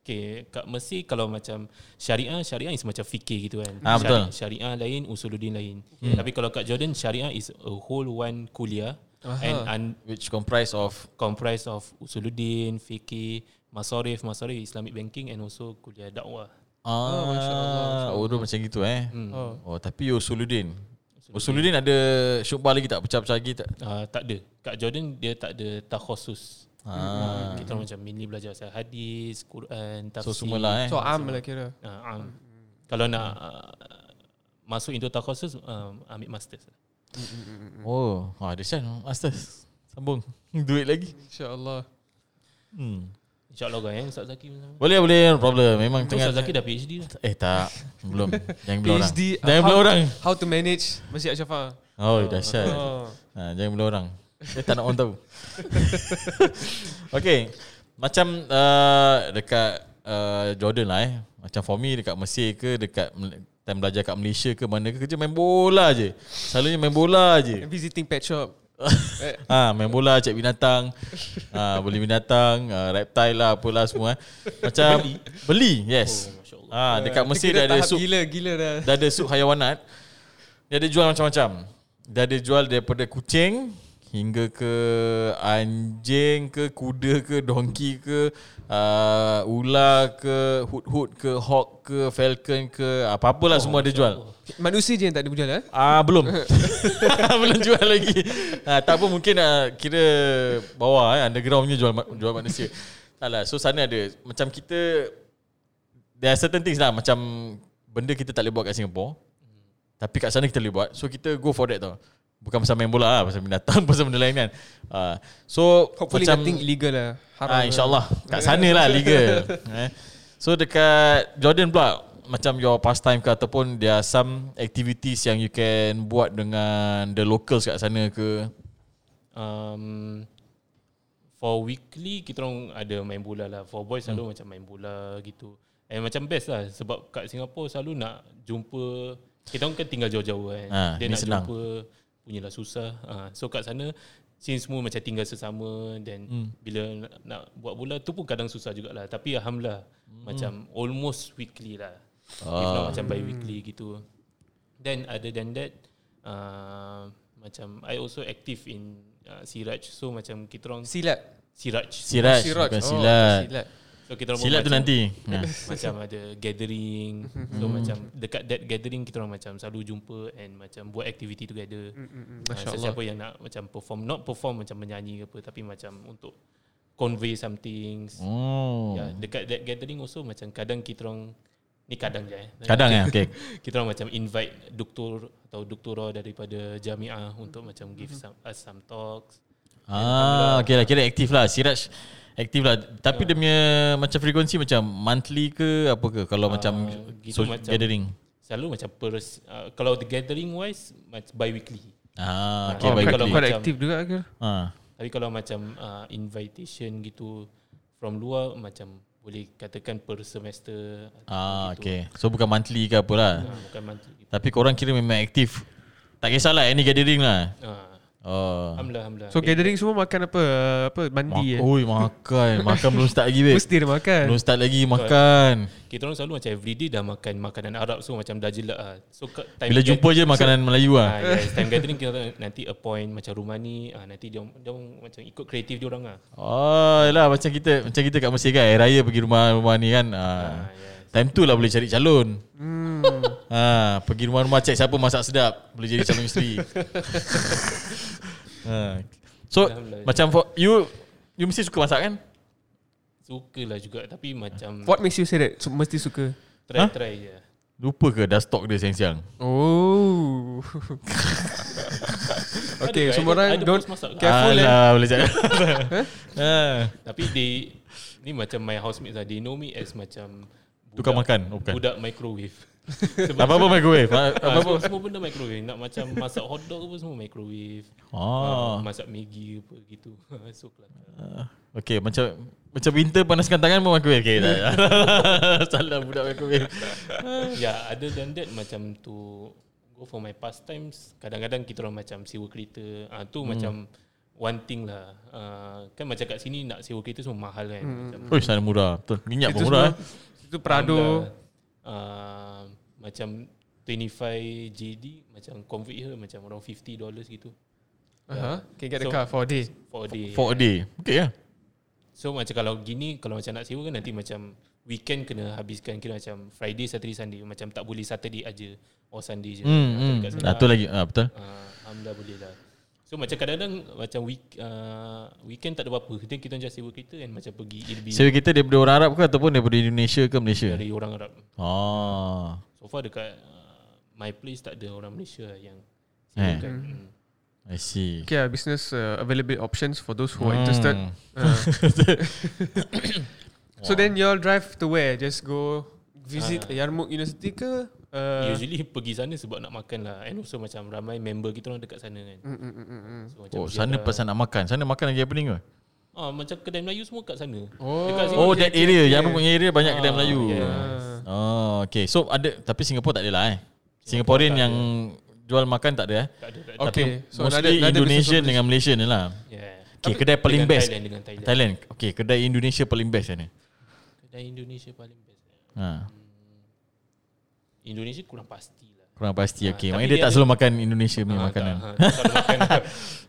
[SPEAKER 3] okay, kat Mesir kalau macam syariah, syariah is macam fikir gitu kan.
[SPEAKER 1] Ah, betul. Hmm.
[SPEAKER 3] Syari- syariah lain, usuluddin lain. Tapi kalau kat Jordan syariah is a whole one kuliah Aha. and un-
[SPEAKER 1] Which comprise of
[SPEAKER 3] comprised of usuluddin, fikir, masarif, masarif Islamic banking and also kuliah dakwah.
[SPEAKER 1] Ah, oh, dia macam gitu eh.
[SPEAKER 2] Oh.
[SPEAKER 1] Oh, tapi Usuluddin. Usuluddin ada syubah lagi tak? Pecah-pecah lagi tak?
[SPEAKER 3] Uh, tak ada. Kat Jordan dia tak ada takhusus.
[SPEAKER 1] Ah.
[SPEAKER 3] Kita orang macam mainly belajar pasal hadis, Quran,
[SPEAKER 1] So
[SPEAKER 3] tafsir.
[SPEAKER 1] semua lah eh.
[SPEAKER 2] So am lah kira.
[SPEAKER 3] Uh, um, kalau nak uh, masuk into takhusus um, ambil masters.
[SPEAKER 1] Oh, ah, dia Shan masters. Sambung. (laughs) Duit lagi.
[SPEAKER 2] InsyaAllah.
[SPEAKER 1] Hmm.
[SPEAKER 3] InsyaAllah kan eh Ustaz Zaki pun sama.
[SPEAKER 1] Boleh boleh no problem. Memang tengah
[SPEAKER 3] Ustaz Zaki dah PhD dah.
[SPEAKER 1] Eh tak, belum. Jangan belah orang.
[SPEAKER 2] PhD,
[SPEAKER 1] Jangan
[SPEAKER 2] how-
[SPEAKER 1] belah orang.
[SPEAKER 2] How to manage Masjid Ashrafah.
[SPEAKER 1] Oh, dahsyat.
[SPEAKER 2] Oh.
[SPEAKER 1] Ha, jangan belah orang. Dia tak nak orang tahu. (laughs) okay. Macam uh, dekat uh, Jordan lah eh. Macam for me dekat Mesir ke dekat Mal- time belajar kat Malaysia ke mana ke kerja main bola je. Selalunya main bola je.
[SPEAKER 2] Visiting pet shop.
[SPEAKER 1] ha, main bola, cek binatang. Ha, beli binatang, ha, reptile lah, apalah semua. Eh. Macam beli, beli yes.
[SPEAKER 3] masyaAllah.
[SPEAKER 1] Ah, ha, dekat
[SPEAKER 2] Oh. Kita
[SPEAKER 1] Mesir
[SPEAKER 2] dah
[SPEAKER 1] dia ada
[SPEAKER 2] tahap
[SPEAKER 1] sup,
[SPEAKER 2] Gila, gila dah.
[SPEAKER 1] dah ada sup hayawanat. Dia ada jual macam-macam. Dia ada jual daripada kucing hingga ke anjing ke kuda ke donkey ke uh, ular ke hood-hood ke hawk ke falcon ke apa-apalah oh, semua ada jual.
[SPEAKER 2] Manusia je yang tak ada eh? berjalan.
[SPEAKER 1] Ah
[SPEAKER 2] (laughs)
[SPEAKER 1] belum. (laughs) belum jual lagi. Ah tak apa mungkin ah, kira bawah eh underground punya jual ma- jual manusia. Tak lah. So sana ada macam kita there are certain things lah macam benda kita tak boleh buat kat Singapore. Tapi kat sana kita boleh buat. So kita go for that tau. Bukan pasal main bola lah, pasal binatang, (laughs) pasal benda lain kan. Ah so
[SPEAKER 2] Hopefully
[SPEAKER 1] macam
[SPEAKER 2] nothing illegal lah.
[SPEAKER 1] Ah, InsyaAllah Kat sana lah legal (laughs) eh. So dekat Jordan pula Macam your pastime ke Ataupun there are some activities Yang you can buat dengan The locals kat sana ke
[SPEAKER 3] Um, for weekly kita orang ada main bola lah. For boys selalu hmm. macam main bola gitu. And macam best lah sebab kat Singapore selalu nak jumpa kita orang kan tinggal jauh-jauh kan.
[SPEAKER 1] Ah,
[SPEAKER 3] Dia
[SPEAKER 1] ni
[SPEAKER 3] nak
[SPEAKER 1] senang.
[SPEAKER 3] jumpa punyalah susah. Ah, so kat sana since semua macam tinggal sesama then hmm. bila nak, nak buat bola tu pun kadang susah jugalah. Tapi alhamdulillah hmm. macam almost weekly lah. If not macam bi weekly gitu. Then other than that uh, macam I also active in uh, Siraj so macam kita orang
[SPEAKER 2] Silat.
[SPEAKER 3] Siraj.
[SPEAKER 1] Sirat
[SPEAKER 2] Siraj.
[SPEAKER 1] Bukan
[SPEAKER 2] Oh,
[SPEAKER 1] silat
[SPEAKER 2] silat.
[SPEAKER 3] So kita orang pun
[SPEAKER 1] Silat tu
[SPEAKER 3] macam- (laughs)
[SPEAKER 1] nanti ha.
[SPEAKER 3] macam ada
[SPEAKER 1] (laughs)
[SPEAKER 3] gathering so macam dekat that gathering kita orang macam selalu jumpa and macam buat activity together uh, sesiapa yang nak macam perform not perform macam menyanyi ke apa tapi macam untuk convey some things
[SPEAKER 1] Oh.
[SPEAKER 3] yeah, dekat that gathering also macam kadang kita orang ni kadang je eh
[SPEAKER 1] Kadang eh
[SPEAKER 3] (laughs)
[SPEAKER 1] okay.
[SPEAKER 3] kita orang macam invite doktor atau doktora daripada jamiah untuk macam give
[SPEAKER 1] Mhm.
[SPEAKER 3] some us some talks
[SPEAKER 1] Ah, okay lah Kira aktif lah Siraj aktif lah Tapi
[SPEAKER 3] Ya.
[SPEAKER 1] dia punya Macam frekuensi Macam monthly ke Apa ke Kalau macam,
[SPEAKER 3] Ah,
[SPEAKER 1] so,
[SPEAKER 3] gitu macam-
[SPEAKER 1] Gathering
[SPEAKER 3] selalu macam per uh, kalau the gathering wise macam bi-weekly
[SPEAKER 1] Ah, okay,
[SPEAKER 3] Oh,
[SPEAKER 1] baik. baik.
[SPEAKER 3] kalau-
[SPEAKER 2] Kau
[SPEAKER 3] Macam-
[SPEAKER 2] aktif juga ke?
[SPEAKER 1] Ah.
[SPEAKER 3] Tapi kalau macam uh, invitation gitu from luar macam boleh katakan per semester
[SPEAKER 1] Ah, okay. So bukan monthly ke lah. apalah.
[SPEAKER 3] uh, bukan monthly. Gitu.
[SPEAKER 1] Tapi korang kira memang aktif Tak kisahlah Any gathering lah
[SPEAKER 3] Uh,
[SPEAKER 1] Oh
[SPEAKER 3] alhamdulillah alhamdulillah.
[SPEAKER 2] So gathering semua makan apa? Apa
[SPEAKER 1] Ma-
[SPEAKER 2] mandi eh?
[SPEAKER 1] Oi makan Makan belum start lagi babe
[SPEAKER 2] Mesti dia makan.
[SPEAKER 1] Belum start lagi makan
[SPEAKER 3] kita orang selalu macam everyday dah makan makanan Arab so macam dah jelak ah. So kat- time
[SPEAKER 1] Bila jumpa je makanan Melayu
[SPEAKER 3] Ah,
[SPEAKER 1] lah
[SPEAKER 3] yes, time gathering kita orang nanti appoint macam rumah ni ah, nanti dia orang- dia orang macam ikut kreatif dia orang ah.
[SPEAKER 1] Oh lah macam kita Macam kita kat Mesir kan Air Raya pergi rumah-rumah ni kan ah.
[SPEAKER 3] Ah, yes.
[SPEAKER 1] Time tu lah boleh cari calon ha, Pergi rumah-rumah cek siapa masak sedap Boleh jadi calon isteri ha. So
[SPEAKER 3] Alhamdulillah.
[SPEAKER 1] macam for, you You mesti suka masak kan?
[SPEAKER 3] Sukalah juga tapi macam
[SPEAKER 2] What makes you say that? So, mesti suka.
[SPEAKER 3] try try je.
[SPEAKER 1] Lupa ke dah stok dia siang-siang?
[SPEAKER 2] (laughs) Oh. okay,
[SPEAKER 3] Ada,
[SPEAKER 2] semua
[SPEAKER 3] ada-
[SPEAKER 2] orang
[SPEAKER 3] ada
[SPEAKER 2] don't
[SPEAKER 3] post masak lah.
[SPEAKER 2] careful eh.
[SPEAKER 1] Alah, boleh
[SPEAKER 2] (laughs)
[SPEAKER 1] cakap. ah.
[SPEAKER 3] Tapi they ni macam my housemates lah. They know me as macam
[SPEAKER 1] Tukang
[SPEAKER 3] budak-
[SPEAKER 1] makan. Oh, bukan.
[SPEAKER 3] budak microwave.
[SPEAKER 1] Tak Apa-apa
[SPEAKER 2] (laughs)
[SPEAKER 1] microwave. Ah,
[SPEAKER 3] Ah,
[SPEAKER 1] Apa-apa.
[SPEAKER 3] semua, semua benda microwave. Nak macam masak hotdog apa semua microwave.
[SPEAKER 1] Oh.
[SPEAKER 3] Ah, masak Maggi apa gitu. (laughs) so kelakar.
[SPEAKER 1] Okay, macam macam winter panaskan tangan pun microwave. Okay, dah. (laughs) Salah budak
[SPEAKER 2] (laughs)
[SPEAKER 1] microwave.
[SPEAKER 3] yeah, Ya, other than that macam to go for my pastimes. Kadang-kadang kita orang macam sewa kereta. Ah tu macam one thing lah. Ah, kan macam kat sini nak sewa kereta semua mahal kan. Macam
[SPEAKER 1] Ui, sana murah. Betul. Minyak
[SPEAKER 2] Itu
[SPEAKER 1] pun murah. eh.
[SPEAKER 2] semua. Itu Prado.
[SPEAKER 3] uh, macam 25 JD macam convert her macam around 50 dollars gitu
[SPEAKER 2] Uh-huh. Can get the
[SPEAKER 3] So-
[SPEAKER 2] car for a day.
[SPEAKER 3] for a day.
[SPEAKER 1] Eh. For a day. Okay, ya.
[SPEAKER 3] So macam kalau gini kalau macam nak sewa kan nanti macam weekend kena habiskan kira macam Friday, Saturday, Sunday macam tak boleh Saturday aja or Sunday je.
[SPEAKER 1] Hmm,
[SPEAKER 3] Macam
[SPEAKER 1] hmm.
[SPEAKER 3] dekat sana.
[SPEAKER 1] Ah, tu lagi. Ah, betul.
[SPEAKER 3] Ah, alhamdulillah boleh lah. So macam kadang-kadang macam week uh, weekend tak ada apa-apa. Then kita just sewa kereta and macam pergi Airbnb
[SPEAKER 1] Sewa kita daripada orang Arab ke ataupun daripada Indonesia ke Malaysia?
[SPEAKER 3] dari orang Arab.
[SPEAKER 1] Oh.
[SPEAKER 3] So far dekat uh, my place tak ada orang Malaysia yang
[SPEAKER 1] Eh.
[SPEAKER 3] sewakan. Hmm.
[SPEAKER 1] I see.
[SPEAKER 2] Okay, ah, business uh, available options for those
[SPEAKER 1] Hmm.
[SPEAKER 2] who are interested. Ah. so then you all drive to where? Just go visit
[SPEAKER 1] Uh.
[SPEAKER 2] Yarmouk University ke? Uh,
[SPEAKER 3] Usually pergi sana sebab nak makan lah And also macam ramai member kita orang dekat sana kan
[SPEAKER 2] mm, mm, mm, mm, mm.
[SPEAKER 1] (laughs)
[SPEAKER 3] so,
[SPEAKER 1] Oh, sana pasal nak makan. Sana makan lagi happening ke?
[SPEAKER 3] ah, Macam kedai Melayu semua kat sana
[SPEAKER 2] Oh.
[SPEAKER 3] Dekat sini
[SPEAKER 1] Oh, that
[SPEAKER 3] dia-
[SPEAKER 1] area. Yang punya area banyak kedai
[SPEAKER 3] Ah,
[SPEAKER 1] Melayu.
[SPEAKER 3] yes.
[SPEAKER 1] Oh, okay. So ada tapi Singapore tak ada lah eh. Singaporean yang jual makan tak ada eh.
[SPEAKER 3] Tak ada, tak ada.
[SPEAKER 2] Okay,
[SPEAKER 1] So
[SPEAKER 2] so
[SPEAKER 1] Mostly
[SPEAKER 2] another, another business
[SPEAKER 1] Indonesian dengan Malaysia ni lah.
[SPEAKER 3] Yeah.
[SPEAKER 1] Okay, kedai paling
[SPEAKER 3] dengan
[SPEAKER 1] best.
[SPEAKER 3] Thailand, dengan Thailand.
[SPEAKER 1] Thailand. Okay, kedai Indonesia paling best sana.
[SPEAKER 3] Kedai Indonesia paling best
[SPEAKER 1] Ha.
[SPEAKER 3] Indonesia kurang pastilah
[SPEAKER 1] Kurang pasti okay.
[SPEAKER 3] Ah, tapi
[SPEAKER 1] Maknanya dia,
[SPEAKER 3] dia
[SPEAKER 1] tak
[SPEAKER 3] ada-
[SPEAKER 1] selalu makan Indonesia punya
[SPEAKER 3] Ah,
[SPEAKER 1] makanan.
[SPEAKER 3] tak, ah, selalu
[SPEAKER 1] (laughs)
[SPEAKER 3] makan.
[SPEAKER 1] Ah.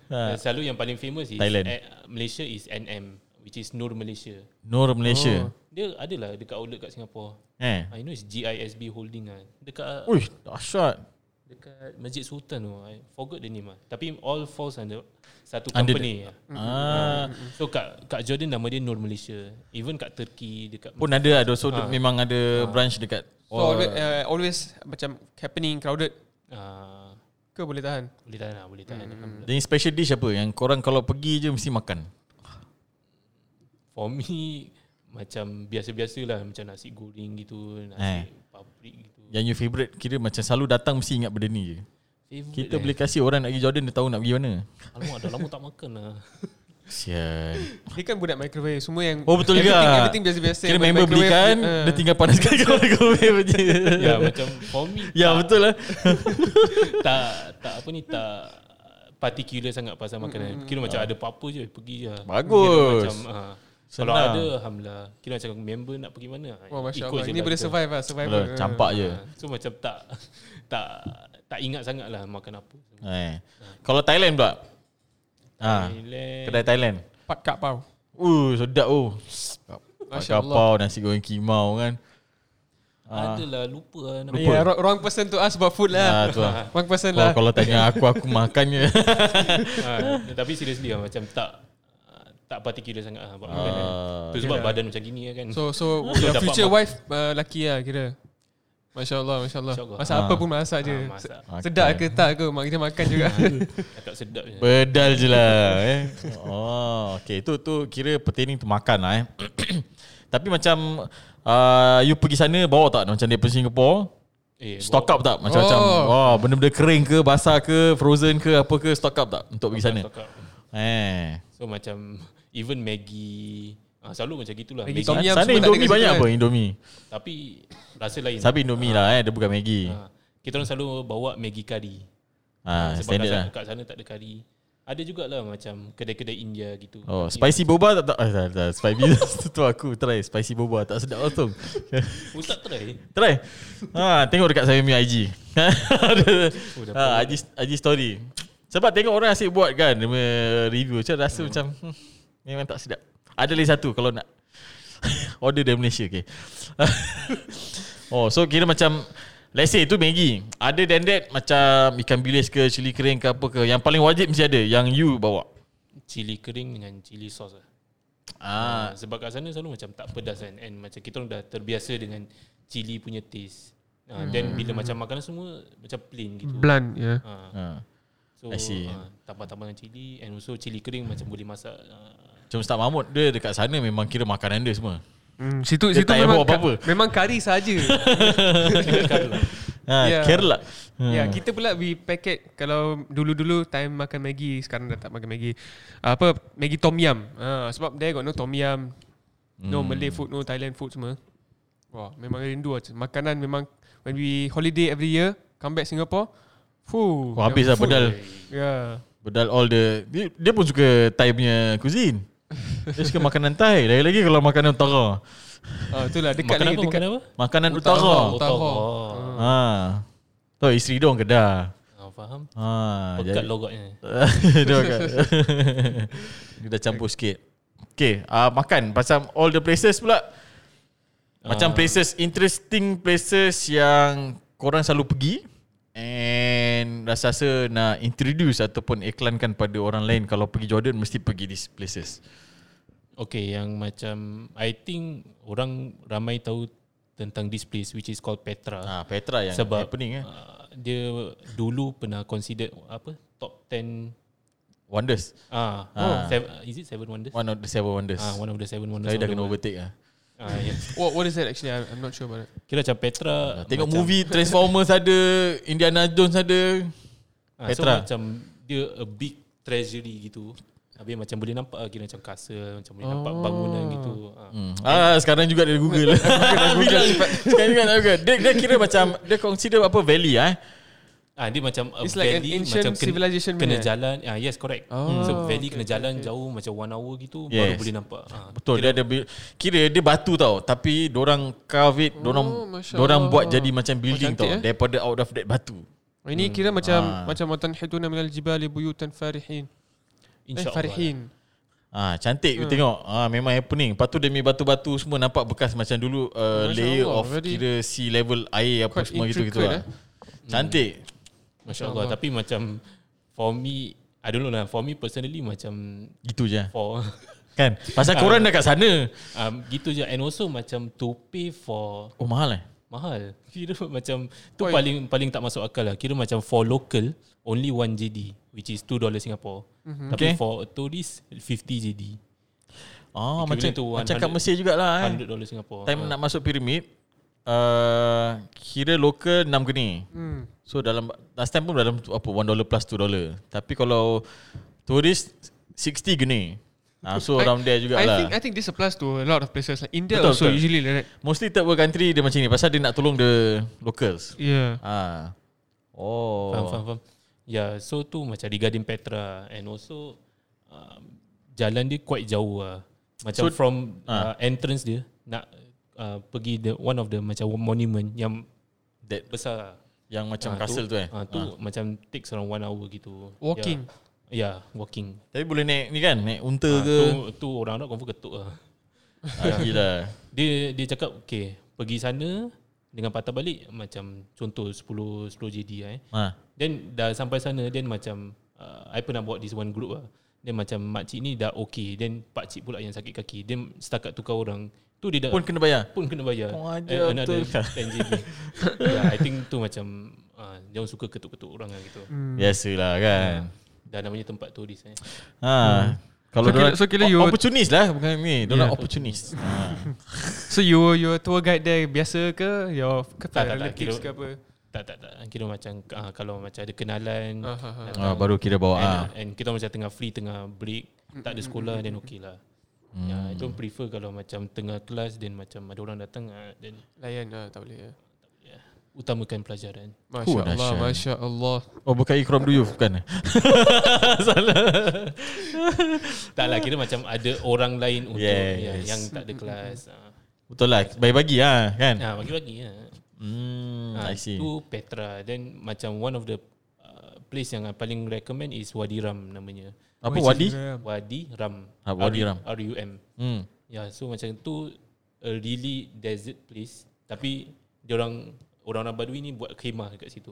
[SPEAKER 3] Dan Selalu yang paling famous is
[SPEAKER 1] Thailand.
[SPEAKER 3] eh, Malaysia is NM which is Nur Malaysia.
[SPEAKER 1] Nur Malaysia.
[SPEAKER 3] Dia adalah dekat outlet kat Singapore.
[SPEAKER 1] Eh.
[SPEAKER 3] I know it's GISB Holding ah. Dekat
[SPEAKER 1] Ui, dahsyat.
[SPEAKER 3] dekat Masjid Sultan tu. I forgot the name ah. Tapi all falls under satu
[SPEAKER 1] Under
[SPEAKER 3] company. ah.
[SPEAKER 1] Ah,
[SPEAKER 3] So kat kat Jordan nama dia Nur Malaysia. Even kat Turkey dekat
[SPEAKER 1] pun ada ada so ha.
[SPEAKER 3] Ah.
[SPEAKER 1] memang ada branch dekat.
[SPEAKER 2] So always, uh, always macam happening crowded
[SPEAKER 3] ah,
[SPEAKER 2] ke boleh tahan.
[SPEAKER 3] boleh tahan lah, boleh tahan. Alhamdulillah.
[SPEAKER 1] Jadi special dish apa yang korang kalau pergi je mesti makan?
[SPEAKER 3] For me macam biasa-biasa lah macam nasi goreng gitu,
[SPEAKER 1] Eh.
[SPEAKER 3] nasi paprik gitu.
[SPEAKER 1] Yang you favourite kira macam selalu datang mesti ingat benda ni je.
[SPEAKER 3] Favorite
[SPEAKER 1] Kita boleh kasih orang nak pergi Jordan dia tahu nak pergi mana.
[SPEAKER 3] eh. Alamak dah lama tak makan
[SPEAKER 1] (laughs)
[SPEAKER 3] lah
[SPEAKER 1] Sian.
[SPEAKER 2] Dia kan budak microwave semua yang
[SPEAKER 1] Oh betul
[SPEAKER 2] everything,
[SPEAKER 1] juga.
[SPEAKER 2] Everything biasa-biasa.
[SPEAKER 1] Kira
[SPEAKER 2] buat
[SPEAKER 1] member
[SPEAKER 2] microwave,
[SPEAKER 1] belikan,
[SPEAKER 2] ah.
[SPEAKER 1] dia tinggal panaskan kau microwave je.
[SPEAKER 3] uh. (laughs) Ya macam for me
[SPEAKER 1] Ya betul lah.
[SPEAKER 3] Tak tak apa ni tak Particular sangat pasal makanan
[SPEAKER 2] Hmm.
[SPEAKER 3] Kira
[SPEAKER 2] Ah.
[SPEAKER 3] macam ada apa-apa je Pergi je Kira
[SPEAKER 1] Bagus.
[SPEAKER 3] macam ah, Kalau
[SPEAKER 1] Senang.
[SPEAKER 3] ada Alhamdulillah Kira macam member nak pergi mana
[SPEAKER 2] Wah, Masya
[SPEAKER 3] ikut
[SPEAKER 2] Allah.
[SPEAKER 3] je
[SPEAKER 2] Ini
[SPEAKER 3] lah
[SPEAKER 2] boleh
[SPEAKER 3] kita.
[SPEAKER 2] survive lah. Survival.
[SPEAKER 1] Betul, campak je.
[SPEAKER 3] Ah, So macam tak Tak tak ingat sangat lah Makan apa
[SPEAKER 1] Eh. Kalau Thailand pula. Ha,
[SPEAKER 3] Thailand
[SPEAKER 1] kedai Thailand.
[SPEAKER 2] Pat kat pau.
[SPEAKER 1] Uh, sedap oh.
[SPEAKER 2] Masya
[SPEAKER 1] Masya Kapau, nasi goreng kimau kan.
[SPEAKER 2] Ah.
[SPEAKER 3] Adalah lupa lah nama
[SPEAKER 2] Yeah, wrong- wrong person to ask about food
[SPEAKER 1] Ah,
[SPEAKER 2] lah.
[SPEAKER 1] tu
[SPEAKER 3] (laughs)
[SPEAKER 1] lah.
[SPEAKER 2] Wrong person
[SPEAKER 1] Kalau,
[SPEAKER 2] lah.
[SPEAKER 1] kalau tanya aku, aku makan je.
[SPEAKER 3] Ah, Tapi seriously lah Macam tak Tak particular sangat lah Buat makanan
[SPEAKER 1] Ah.
[SPEAKER 3] Tu sebab badan macam gini lah kan
[SPEAKER 2] So so
[SPEAKER 3] So,
[SPEAKER 2] your
[SPEAKER 3] dapat
[SPEAKER 2] future
[SPEAKER 3] mak-
[SPEAKER 2] wife uh, laki lah kira. Masya Allah, Masya Allah.
[SPEAKER 3] Masya Allah.
[SPEAKER 2] Masak apa pun masak je.
[SPEAKER 3] Ah, masak.
[SPEAKER 2] Se- Sedap ke tak ke, mak kita makan
[SPEAKER 1] (laughs)
[SPEAKER 2] juga.
[SPEAKER 3] Cakap sedap je
[SPEAKER 1] Bedal je lah eh. Oh, okay. Tu tu kira pertaining to makan lah eh. (clears throat) Tapi macam uh, you pergi sana bawa tak macam daripada Singapore?
[SPEAKER 3] Eh,
[SPEAKER 1] Stock up tak? Macam
[SPEAKER 2] Oh.
[SPEAKER 1] macam oh, benda-benda kering ke, basah ke, frozen ke, apa ke stock up tak untuk pergi sana?
[SPEAKER 3] stock up.
[SPEAKER 1] Eh.
[SPEAKER 3] So macam (laughs) even Maggi ah, selalu macam gitulah.
[SPEAKER 2] Maggi
[SPEAKER 3] Maggi,
[SPEAKER 2] Tom Yum
[SPEAKER 1] Sana
[SPEAKER 2] semua tak ada
[SPEAKER 1] Indomie
[SPEAKER 2] kat situ
[SPEAKER 1] banyak
[SPEAKER 2] kan?
[SPEAKER 1] apa Indomie?
[SPEAKER 3] tapi rasa lain.
[SPEAKER 1] Tapi Indomie lah eh, dia bukan Maggi.
[SPEAKER 3] Ah, kita orang selalu bawa Maggi kari.
[SPEAKER 1] Ah,
[SPEAKER 3] kat,
[SPEAKER 1] standard lah.
[SPEAKER 3] sana- kat sana tak ada kari. Ada jugalah macam kedai-kedai India gitu.
[SPEAKER 1] Oh, spicy boba tak tak, eh, tak, tak
[SPEAKER 2] (laughs)
[SPEAKER 1] spicy (laughs) tu, tu aku try spicy boba tak sedap langsung. (laughs)
[SPEAKER 3] Oh, tak try.
[SPEAKER 1] Try. Ha, tengok dekat saya punya IG. Ada- ha,
[SPEAKER 3] dah
[SPEAKER 1] IG IG story. Sebab tengok orang asyik buat kan dia punya review. Macam rasa hmm. macam hmm, memang tak sedap. Ada lagi satu kalau nak (laughs) order dari Malaysia okay. (laughs) oh, so kira macam let's say tu Maggi. Ada than that macam ikan bilis ke cili kering ke apa ke yang paling wajib mesti ada yang you bawa.
[SPEAKER 3] Cili kering dengan cili sauce lah.
[SPEAKER 1] Ah,
[SPEAKER 3] Ah, sebab kat sana selalu macam tak pedas kan and macam kita orang dah terbiasa dengan cili punya taste. Ah, then bila
[SPEAKER 1] Hmm.
[SPEAKER 3] macam makanan semua macam plain gitu.
[SPEAKER 2] Blunt, yeah.
[SPEAKER 3] Ah,
[SPEAKER 1] ha.
[SPEAKER 3] So
[SPEAKER 1] I see.
[SPEAKER 3] Uh, tambah-tambah dengan cili and also cili kering macam boleh masak. (laughs)
[SPEAKER 1] Cuma
[SPEAKER 3] Uh,
[SPEAKER 1] Ustaz Mahmud dia dekat sana memang kira makanan dia semua.
[SPEAKER 2] Hmm, situ
[SPEAKER 1] Dia
[SPEAKER 2] situ
[SPEAKER 1] tak
[SPEAKER 2] memang
[SPEAKER 1] heboh apa-apa.
[SPEAKER 2] ka- memang kari saja.
[SPEAKER 1] (laughs) Ha,
[SPEAKER 2] Ya.
[SPEAKER 1] yeah. Kerala.
[SPEAKER 2] ya,
[SPEAKER 1] Hmm.
[SPEAKER 2] kita pula we packet kalau dulu-dulu time makan Maggi, sekarang dah tak makan Maggi. Ah, apa Maggi tom yum. Ah, sebab there got no tom yum. No
[SPEAKER 1] Hmm.
[SPEAKER 2] Malay food, no Thailand food semua. Wah, memang rindu lah. Makanan memang when we holiday every year, come back Singapore, fuh.
[SPEAKER 1] Wah, habis lah
[SPEAKER 2] food.
[SPEAKER 1] pedal.
[SPEAKER 2] Ya.
[SPEAKER 1] Bedal all the dia, dia pun suka Thai punya cuisine. Dia suka makanan Thai. Lagi-lagi kalau makanan utara.
[SPEAKER 2] Ah, itulah dekat
[SPEAKER 3] makanan Oh,
[SPEAKER 2] lagi
[SPEAKER 3] apa?
[SPEAKER 2] dekat.
[SPEAKER 3] Makanan apa?
[SPEAKER 1] Makanan
[SPEAKER 2] Utara.
[SPEAKER 1] utara.
[SPEAKER 2] Utara.
[SPEAKER 1] Ha. Tu isteri dia orang Kedah.
[SPEAKER 3] Ah, faham.
[SPEAKER 1] Ha.
[SPEAKER 3] Pekat
[SPEAKER 1] jadi-
[SPEAKER 3] logatnya.
[SPEAKER 1] (laughs) dia orang kat- dia dah campur sikit. Okay, uh, makan pasal all the places pula. Macam places interesting places yang korang selalu pergi and rasa-rasa nak introduce ataupun iklankan pada orang lain kalau pergi Jordan mesti pergi these places.
[SPEAKER 3] Okay, yang macam I think orang ramai tahu tentang this place which is called Petra.
[SPEAKER 1] Ah, Petra yang
[SPEAKER 3] Sebab-
[SPEAKER 1] happening eh.
[SPEAKER 3] Uh, dia dulu pernah considered apa top 10
[SPEAKER 1] Wonders.
[SPEAKER 3] ah
[SPEAKER 1] Ah.
[SPEAKER 3] oh, seven, is it seven wonders?
[SPEAKER 1] One of the seven wonders.
[SPEAKER 3] Ah, one of the seven wonders.
[SPEAKER 1] Saya
[SPEAKER 3] of
[SPEAKER 1] dah
[SPEAKER 3] the
[SPEAKER 1] kena
[SPEAKER 3] world.
[SPEAKER 1] overtake ah.
[SPEAKER 3] Ah, yeah.
[SPEAKER 2] What, what is that actually? I'm, I'm not sure
[SPEAKER 1] (laughs)
[SPEAKER 2] about it.
[SPEAKER 3] Kira macam Petra.
[SPEAKER 1] Ah, Tengok
[SPEAKER 3] macam-
[SPEAKER 1] movie Transformers ada, Indiana Jones ada.
[SPEAKER 3] Ah, so
[SPEAKER 1] Petra.
[SPEAKER 3] macam dia a big treasury gitu. Habis macam boleh nampak ah, kira macam castle, macam boleh nampak bangunan gitu. Ah.
[SPEAKER 1] Hmm. Ah, sekarang juga dia Google. (laughs) Bilang. sekarang juga dia Google. Dia, dia kira macam dia consider apa valley ah. Eh?
[SPEAKER 3] Ah, dia macam a
[SPEAKER 2] It's like an
[SPEAKER 3] valley,
[SPEAKER 2] ancient
[SPEAKER 3] macam kena,
[SPEAKER 2] civilization
[SPEAKER 3] kena
[SPEAKER 2] punya.
[SPEAKER 3] jalan. Ah, yes, correct.
[SPEAKER 2] Oh,
[SPEAKER 3] so valley
[SPEAKER 2] okay,
[SPEAKER 3] kena
[SPEAKER 2] okay,
[SPEAKER 3] jalan
[SPEAKER 2] okay.
[SPEAKER 3] jauh macam one hour gitu baru
[SPEAKER 1] Yes.
[SPEAKER 3] boleh nampak. Ah,
[SPEAKER 1] Betul dia ada bil- kira dia batu tau tapi orang carve it, orang
[SPEAKER 2] Oh, Masya
[SPEAKER 1] orang
[SPEAKER 2] Allah.
[SPEAKER 1] buat jadi macam building
[SPEAKER 2] cantik,
[SPEAKER 1] tau
[SPEAKER 2] eh?
[SPEAKER 1] daripada out of that batu.
[SPEAKER 2] Ini kira macam
[SPEAKER 1] Ah.
[SPEAKER 2] macam watan hituna minal jibali buyutan farihin. Eh,
[SPEAKER 3] InsyaAllah.
[SPEAKER 2] farihin.
[SPEAKER 1] Ah cantik
[SPEAKER 2] Hmm.
[SPEAKER 1] you tengok. Ah memang happening. Lepas tu demi batu-batu semua nampak bekas macam dulu uh,
[SPEAKER 2] Masya
[SPEAKER 1] layer
[SPEAKER 2] Allah,
[SPEAKER 1] of
[SPEAKER 2] very-
[SPEAKER 1] kira sea level air apa
[SPEAKER 2] Quite
[SPEAKER 1] semua gitu gitu
[SPEAKER 2] intricate, eh. Hmm.
[SPEAKER 1] lah. Cantik.
[SPEAKER 3] Masya Allah. Tapi macam for me, I don't know lah. For me personally macam
[SPEAKER 1] Gitu je.
[SPEAKER 3] for (laughs)
[SPEAKER 1] Kan? Pasal korang dah kat sana.
[SPEAKER 3] um, gitu je. And also macam to pay for
[SPEAKER 1] Oh mahal eh.
[SPEAKER 3] mahal. Kira macam tu paling paling tak masuk akal lah. Kira macam for local only 1 JD which is 2 dollar Singapore.
[SPEAKER 2] Mhm.
[SPEAKER 3] Mm-hmm. Tapi
[SPEAKER 1] Okay.
[SPEAKER 3] for tourist 50 JD.
[SPEAKER 1] Ah
[SPEAKER 3] Equivalent
[SPEAKER 1] macam
[SPEAKER 3] to
[SPEAKER 1] macam kat
[SPEAKER 3] 100
[SPEAKER 1] Mesir jugalah eh.
[SPEAKER 3] 100 dollar Singapore.
[SPEAKER 1] Time nak masuk piramid uh, kira lokal 6 geni. Hmm. So dalam last time pun dalam tu- apa 1 dollar plus 2 dollar. Tapi kalau turis 60 geni. Ah so around there
[SPEAKER 2] I
[SPEAKER 1] jugalah.
[SPEAKER 2] think I think this applies to a lot of places like India
[SPEAKER 1] Betul,
[SPEAKER 2] betul, also
[SPEAKER 1] betul.
[SPEAKER 2] betul. usually like that.
[SPEAKER 1] Mostly third world country dia macam ni pasal dia nak tolong the locals.
[SPEAKER 2] Yeah.
[SPEAKER 1] Ah.
[SPEAKER 3] Faham, faham,
[SPEAKER 1] Oh.
[SPEAKER 3] faham. Yeah, so tu macam di Garden Petra and also um, jalan dia quite jauh lah. Macam so,
[SPEAKER 1] So-
[SPEAKER 3] from
[SPEAKER 1] Ah.
[SPEAKER 3] uh, entrance dia nak uh, pergi the one of the macam monument yang
[SPEAKER 1] That
[SPEAKER 3] besar.
[SPEAKER 1] yang macam
[SPEAKER 3] Ah,
[SPEAKER 1] castle tu, eh.
[SPEAKER 3] Ah, tu macam takes around one hour gitu.
[SPEAKER 2] Walking.
[SPEAKER 3] Yeah, yeah walking.
[SPEAKER 1] Tapi boleh naik ni kan, naik unta
[SPEAKER 3] Ah,
[SPEAKER 1] ke.
[SPEAKER 3] tu, tu orang nak confirm ketuk lah.
[SPEAKER 1] Ah, gila.
[SPEAKER 3] Dia dia cakap okay pergi sana dengan patah balik macam contoh 10 10 JD lah eh.
[SPEAKER 1] Ha.
[SPEAKER 3] Then dah sampai sana Then macam uh, I pernah buat this one group lah Then macam makcik ni dah okay Then pakcik pula yang sakit kaki Then setakat tukar orang Tu dia dah
[SPEAKER 1] Pun
[SPEAKER 3] pun,
[SPEAKER 1] kena bayar.
[SPEAKER 3] pun kena bayar
[SPEAKER 1] Oh, ajar
[SPEAKER 3] Eh, Another
[SPEAKER 1] betul.
[SPEAKER 3] 10 JD yeah, I think tu macam uh, Dia orang suka ketuk-ketuk orang lah gitu
[SPEAKER 1] Biasalah kan.
[SPEAKER 3] Dah namanya tempat turis eh.
[SPEAKER 1] Ha. Kalau
[SPEAKER 2] So kira-
[SPEAKER 1] dorang-
[SPEAKER 2] so kira
[SPEAKER 1] o-
[SPEAKER 2] you-
[SPEAKER 1] opportunist lah bukan ni. Dia yeah.
[SPEAKER 2] Yeah.
[SPEAKER 1] opportunist. ha.
[SPEAKER 2] So you your tour guide there biasa ke your ke
[SPEAKER 3] Tak, tak, tak,
[SPEAKER 2] relatives
[SPEAKER 3] kira-
[SPEAKER 2] ke apa?
[SPEAKER 3] Tak tak tak Kira macam uh, Kalau macam ada kenalan
[SPEAKER 2] Ah, ah, ah.
[SPEAKER 1] Ah, baru kira bawa
[SPEAKER 3] and,
[SPEAKER 1] ah.
[SPEAKER 3] and kita macam tengah free Tengah break Tak ada sekolah Then okay lah hmm. yeah, I don't prefer Kalau macam tengah kelas Then macam ada orang datang uh, Then
[SPEAKER 2] Layan ah tak boleh. Ya.
[SPEAKER 3] yeah, utamakan pelajaran.
[SPEAKER 1] Oh,
[SPEAKER 2] Masya-Allah,
[SPEAKER 1] dahsyat.
[SPEAKER 2] masya-Allah.
[SPEAKER 1] Oh bukan ikram dulu (laughs) bukan. eh?
[SPEAKER 3] Taklah lah, kira macam ada orang lain untuk
[SPEAKER 1] Yes.
[SPEAKER 3] yes. yang, yang tak ada kelas. Ah,
[SPEAKER 1] Betul lah bagi-bagi ah kan.
[SPEAKER 3] Ah bagi-bagi ya.
[SPEAKER 1] Hmm,
[SPEAKER 3] Ah,
[SPEAKER 1] I see.
[SPEAKER 3] Tu Petra. Then macam one of the uh, place yang I paling recommend is Wadi Ram namanya.
[SPEAKER 1] Apa
[SPEAKER 2] Wajib
[SPEAKER 1] wadi?
[SPEAKER 2] geram.
[SPEAKER 3] Wadi Ram.
[SPEAKER 1] Ah, Wadi Ram.
[SPEAKER 3] R U M.
[SPEAKER 1] Hmm.
[SPEAKER 3] Ya, so macam tu a really desert place tapi dia orang orang-orang Badui ni buat khemah dekat situ.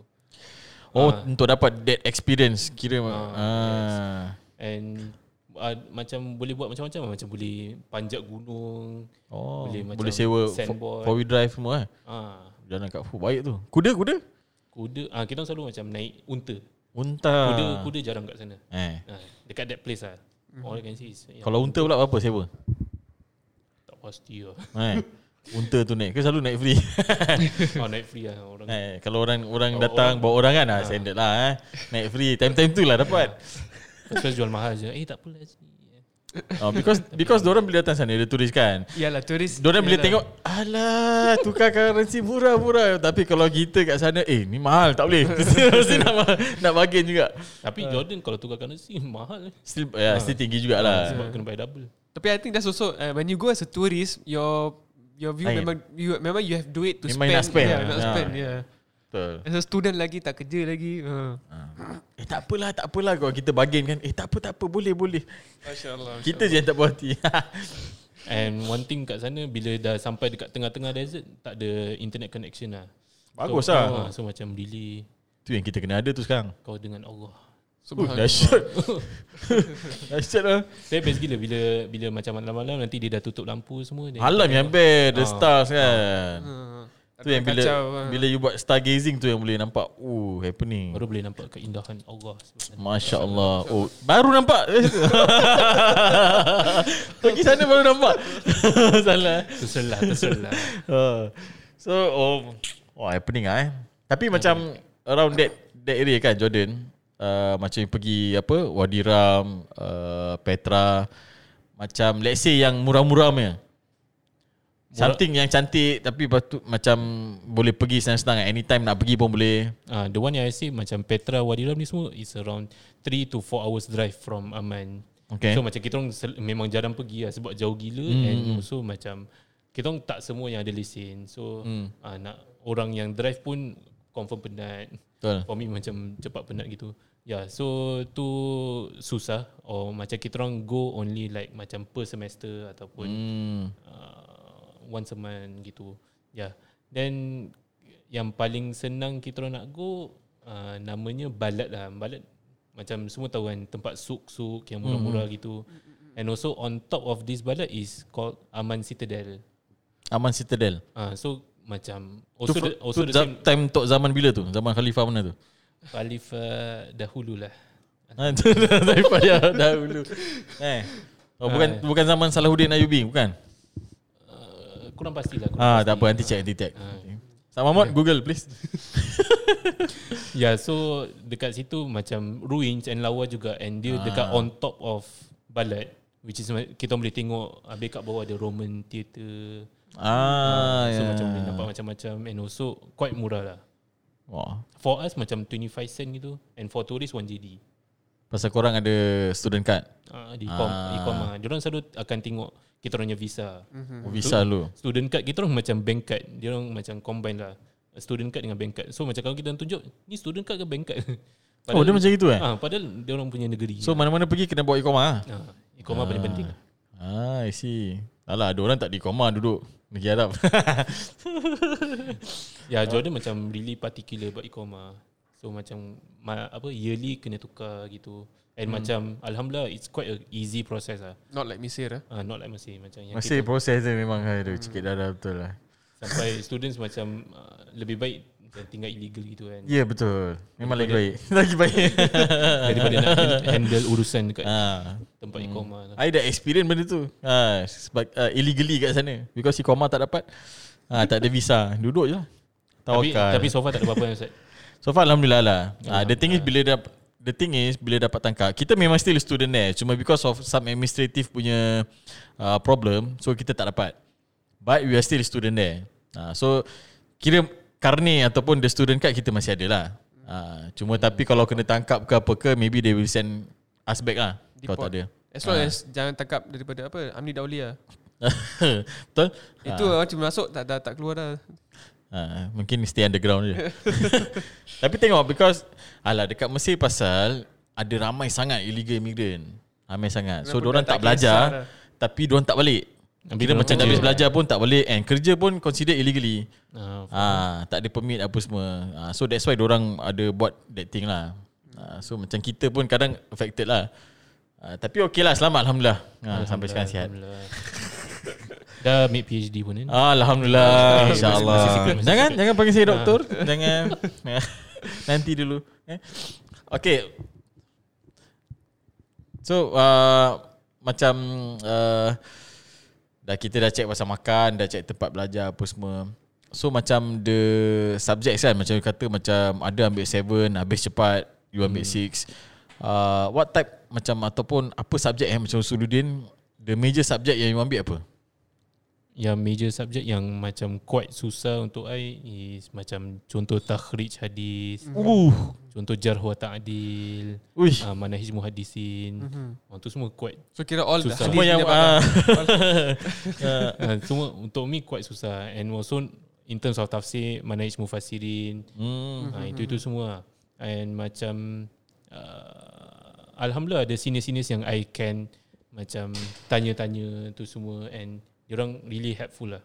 [SPEAKER 1] Oh
[SPEAKER 3] Ah.
[SPEAKER 1] untuk dapat that experience kira ah.
[SPEAKER 3] And uh, macam boleh buat macam-macam lah. macam boleh panjat gunung.
[SPEAKER 1] Oh, boleh,
[SPEAKER 3] Boleh macam
[SPEAKER 1] boleh sewa
[SPEAKER 3] sandboard.
[SPEAKER 1] four wheel drive semua eh.
[SPEAKER 3] Ah,
[SPEAKER 1] Jalan kat Fu. Baik tu. Kuda, kuda.
[SPEAKER 3] Kuda ah kita orang selalu macam naik unta.
[SPEAKER 1] Unta.
[SPEAKER 3] Kuda kuda jarang kat sana.
[SPEAKER 1] Eh.
[SPEAKER 3] Ah, dekat that place lah. All I can see is
[SPEAKER 1] Mhm.
[SPEAKER 3] yeah,
[SPEAKER 1] Kalau unta pula berapa sewa?
[SPEAKER 3] tak pasti lah. (laughs)
[SPEAKER 1] Eh. Unta tu naik. Ke selalu naik free.
[SPEAKER 3] oh, naik free lah orang.
[SPEAKER 1] eh, kalau orang orang
[SPEAKER 3] Bawa
[SPEAKER 1] datang bawa orang kan ah, standard lah eh. Naik free. Time-time tu lah dapat.
[SPEAKER 3] Terus jual mahal je. Eh tak apalah.
[SPEAKER 1] Oh, because because orang bila datang sana dia tulis kan.
[SPEAKER 2] Yalah turis.
[SPEAKER 1] Diorang bila
[SPEAKER 2] yalah.
[SPEAKER 1] tengok Alah Tukar currency murah-murah Tapi kalau kita kat sana Eh ni mahal Tak boleh (laughs) Mesti nak, ma- nak bargain juga Ah.
[SPEAKER 3] Tapi Jordan kalau tukar currency (laughs) mahal. eh.
[SPEAKER 1] Still, ya, still tinggi jugalah
[SPEAKER 3] Ah, Sebab kena bayar double.
[SPEAKER 2] Tapi I think that's also uh, when you go as a tourist, your your view
[SPEAKER 1] Lain.
[SPEAKER 2] memang you memang you have duit to
[SPEAKER 1] Memang nak spend.
[SPEAKER 2] spend. Yeah, nak
[SPEAKER 1] Ah.
[SPEAKER 2] spend. Yeah.
[SPEAKER 1] Betul
[SPEAKER 2] As a student lagi tak kerja lagi. Ha.
[SPEAKER 1] Eh tak apalah tak apalah kalau kita bargain kan Eh tak apa tak apa boleh boleh
[SPEAKER 2] Masya-Allah.
[SPEAKER 1] Kita je yang tak puas hati (laughs)
[SPEAKER 3] And one thing kat sana bila dah sampai dekat tengah-tengah desert tak ada internet connection lah.
[SPEAKER 1] Bagus
[SPEAKER 3] so,
[SPEAKER 1] lah.
[SPEAKER 3] ah, So macam really
[SPEAKER 1] Tu yang kita kena ada tu sekarang
[SPEAKER 3] kau dengan Allah.
[SPEAKER 1] Uh,
[SPEAKER 2] Subhanallah.
[SPEAKER 1] dahsyat Dahsyat lah
[SPEAKER 3] Saya best gila bila bila macam malam-malam nanti dia dah tutup lampu semua. then-
[SPEAKER 1] Malam yang best The stars kan
[SPEAKER 2] Ha.
[SPEAKER 1] Tu yang bila
[SPEAKER 2] Kacau, ha.
[SPEAKER 1] Bila you buat stargazing tu yang boleh nampak Oh happening
[SPEAKER 3] Baru boleh nampak keindahan Allah sebenarnya.
[SPEAKER 1] Masya Allah oh, Baru nampak (laughs) Pergi sana baru nampak (laughs) Salah
[SPEAKER 3] Terserlah,
[SPEAKER 1] (laughs)
[SPEAKER 3] terserlah.
[SPEAKER 1] Ah. So um, Wah happening lah eh Tapi macam Around that That area kan Jordan uh, Macam you pergi Apa Wadi Ram uh, Petra Macam let's say yang murah-murah punya Something yang cantik tapi batu, macam boleh pergi senang-senang at anytime nak pergi pun boleh.
[SPEAKER 3] Uh, the one yang I say macam Petra, Wadiram ni semua is around 3 to 4 hours drive from Aman.
[SPEAKER 1] Okay.
[SPEAKER 3] So macam kita orang sel- memang jarang pergi lah sebab jauh gila mm. and also macam kita orang tak semua yang ada lesen. So mm. uh, nak orang yang drive pun confirm penat.
[SPEAKER 1] Betul.
[SPEAKER 3] For me macam cepat penat gitu. Yeah, so tu susah or macam kita orang go only like macam per semester ataupun
[SPEAKER 1] Hmm.
[SPEAKER 3] uh, once a month gitu. Yeah. Then yang paling senang kita orang nak go uh, namanya Balat lah. Balat macam semua tahu kan tempat suk-suk yang murah-murah mm. gitu. And also on top of this Balat is called Aman Citadel.
[SPEAKER 1] Aman Citadel.
[SPEAKER 3] Uh, so macam
[SPEAKER 1] Tu,
[SPEAKER 3] also the, also
[SPEAKER 1] tu
[SPEAKER 3] the
[SPEAKER 1] za-
[SPEAKER 3] same
[SPEAKER 1] time untuk zaman bila tu? Zaman khalifah mana tu?
[SPEAKER 3] Khalifah dahulu lah.
[SPEAKER 1] Ha, tu (laughs) dah- daripada dahulu. Eh. Oh, bukan
[SPEAKER 3] Ah.
[SPEAKER 1] bukan zaman Salahuddin Ayubi, bukan?
[SPEAKER 3] Uh, kurang pastilah. Kurang
[SPEAKER 1] Ah,
[SPEAKER 3] pasti.
[SPEAKER 1] tak apa nanti check nanti check.
[SPEAKER 3] Ah.
[SPEAKER 1] Sama Mahmud Google
[SPEAKER 3] (laughs)
[SPEAKER 1] please.
[SPEAKER 3] Ya, yeah, so dekat situ macam ruins and lawa juga and dia
[SPEAKER 1] Ah.
[SPEAKER 3] dekat on top of Balat which is ma- kita boleh tengok habis kat bawah ada Roman theatre.
[SPEAKER 1] Ah,
[SPEAKER 3] so
[SPEAKER 1] ya.
[SPEAKER 3] macam boleh nampak macam-macam and also quite murah lah.
[SPEAKER 1] Wah.
[SPEAKER 3] For us macam 25 sen gitu and for tourists 1 JD.
[SPEAKER 1] Pasal korang ada student card.
[SPEAKER 3] Ah, di Ecom, ah. Ecom ah. Diorang selalu akan tengok kita orangnya visa.
[SPEAKER 1] Oh, visa lu.
[SPEAKER 3] Student card kita orang macam bank card. Dia orang macam combine lah. Student card dengan bank card. So macam kalau kita orang tunjuk, ni student card ke bank card? (laughs)
[SPEAKER 1] Oh, dia macam gitu eh?
[SPEAKER 3] Ah, padahal dia orang punya negeri.
[SPEAKER 1] So mana-mana pergi kena bawa ikoma ah.
[SPEAKER 3] Ah, ikoma paling penting. lah.
[SPEAKER 1] Ah, I see. Alah, ada orang tak di koma duduk negeri Arab.
[SPEAKER 3] (laughs)
[SPEAKER 1] (laughs)
[SPEAKER 3] Ya, Jordan macam really particular about ikoma. So macam ma, apa yearly kena tukar gitu. And macam alhamdulillah it's quite a easy process lah.
[SPEAKER 2] Not like Mesir lah.
[SPEAKER 3] Uh, not like Mesir macam yang
[SPEAKER 1] Masih
[SPEAKER 3] kita,
[SPEAKER 1] proses dia memang aduh cekik darah betul lah.
[SPEAKER 3] Hmm. sampai students macam uh, lebih baik dan tinggal illegal gitu kan.
[SPEAKER 1] Ya yeah, betul. Memang lagi baik. (laughs) lagi baik.
[SPEAKER 3] (laughs) Daripada nak hand- handle urusan dekat
[SPEAKER 1] ah.
[SPEAKER 3] tempat ikoma lah.
[SPEAKER 1] I dah experience benda tu. Ha, sebab uh, illegally kat sana because si koma tak dapat. Ha, tak ada visa. Duduk je lah.
[SPEAKER 3] Tapi,
[SPEAKER 1] Tawakal.
[SPEAKER 3] tapi so far tak ada apa-apa yang Ustaz.
[SPEAKER 1] So far alhamdulillah lah. Ah, the thing is bila dapat the thing is bila dapat tangkap, kita memang still student there. Cuma because of some administrative punya uh, problem, so kita tak dapat. But we are still student there. Ah, so kira karni ataupun the student card kita masih ada lah. Ah, cuma tapi kalau kena tangkap ke apa ke, maybe they will send us back lah. Kalau tak ada.
[SPEAKER 2] As long as jangan tangkap daripada apa Amni Dauli lah.
[SPEAKER 1] (laughs) Betul?
[SPEAKER 2] Itu orang cuma masuk tak tak, tak keluar dah.
[SPEAKER 1] Ha, mungkin stay underground je (laughs) Tapi tengok because Alah dekat Mesir pasal Ada ramai sangat illegal immigrant Ramai sangat So
[SPEAKER 2] Kenapa
[SPEAKER 1] diorang
[SPEAKER 2] dah tak
[SPEAKER 1] tak belajar
[SPEAKER 2] kisah lah?
[SPEAKER 1] Tapi diorang tak balik Kira
[SPEAKER 3] diorang
[SPEAKER 1] macam dah habis belajar pun tak balik And kerja pun consider illegally
[SPEAKER 3] Ah,
[SPEAKER 1] ha, Tak ada permit apa semua ha, So that's why diorang ada buat that thing lah ha, So macam kita pun kadang affected lah ha, Tapi okay lah selamat Alhamdulillah, ha, Sampai sekarang sihat
[SPEAKER 3] Alhamdulillah. Dah ambil PhD pun kan.
[SPEAKER 1] Alhamdulillah
[SPEAKER 3] Masih- masih secret,
[SPEAKER 1] InsyaAllah
[SPEAKER 3] masih
[SPEAKER 1] Jangan Jangan panggil saya doktor Jangan (laughs) Nanti dulu eh? Okay So uh, Macam uh, Dah kita dah check pasal makan Dah check tempat belajar Apa semua So macam The subjects kan Macam you kata Macam ada ambil seven Habis cepat You
[SPEAKER 3] Hmm.
[SPEAKER 1] ambil six uh, What type Macam ataupun Apa subjek yang Macam Suluddin The major subject yang you ambil apa?
[SPEAKER 3] yang major subject yang macam quite susah untuk I is macam contoh takhrij hadis,
[SPEAKER 1] Uh,
[SPEAKER 3] contoh jarh wa ta'dil,
[SPEAKER 1] Uish.
[SPEAKER 3] uh, manahij muhadisin. Mm-hmm. Oh, tu semua quite
[SPEAKER 2] So kira all
[SPEAKER 3] Susah.
[SPEAKER 2] the
[SPEAKER 1] Semua yang
[SPEAKER 2] uh,
[SPEAKER 3] ah.
[SPEAKER 1] uh,
[SPEAKER 3] uh, semua untuk me quite susah and also in terms of tafsir, manahij mufassirin. Mm-hmm. Uh, itu itu semua. And macam uh, alhamdulillah ada senior-seniors yang I can macam tanya-tanya tu semua and diorang really helpful lah.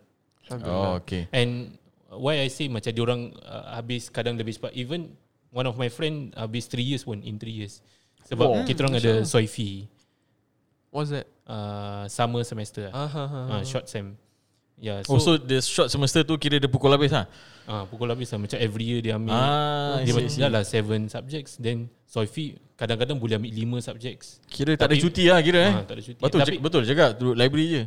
[SPEAKER 1] Oh okay
[SPEAKER 3] And why I say macam diorang uh, habis kadang lebih cepat. Even one of my friend habis 3 years pun in 3 years. Sebab
[SPEAKER 1] Wow.
[SPEAKER 3] oh, kita orang ada soy fee
[SPEAKER 2] What's that?
[SPEAKER 3] uh, summer semester lah.
[SPEAKER 2] Ah, ha, ha.
[SPEAKER 3] Uh, short sem. Yeah, so
[SPEAKER 1] Oh so the short semester tu kira dia pukul habis ha?
[SPEAKER 3] uh, pukul habis lah. Macam every year dia ambil.
[SPEAKER 1] Ah,
[SPEAKER 3] dia
[SPEAKER 1] I
[SPEAKER 3] macam
[SPEAKER 1] see, I see.
[SPEAKER 3] dah lah 7 subjects. Then soy fee kadang-kadang boleh ambil 5
[SPEAKER 1] (laughs)
[SPEAKER 3] subjects.
[SPEAKER 1] Kira tak ada
[SPEAKER 3] Tapi-
[SPEAKER 1] cuti lah kira eh
[SPEAKER 3] Ah, tak ada cuti.
[SPEAKER 1] Betul,
[SPEAKER 3] Tapi-
[SPEAKER 1] cak- betul cakap duduk library je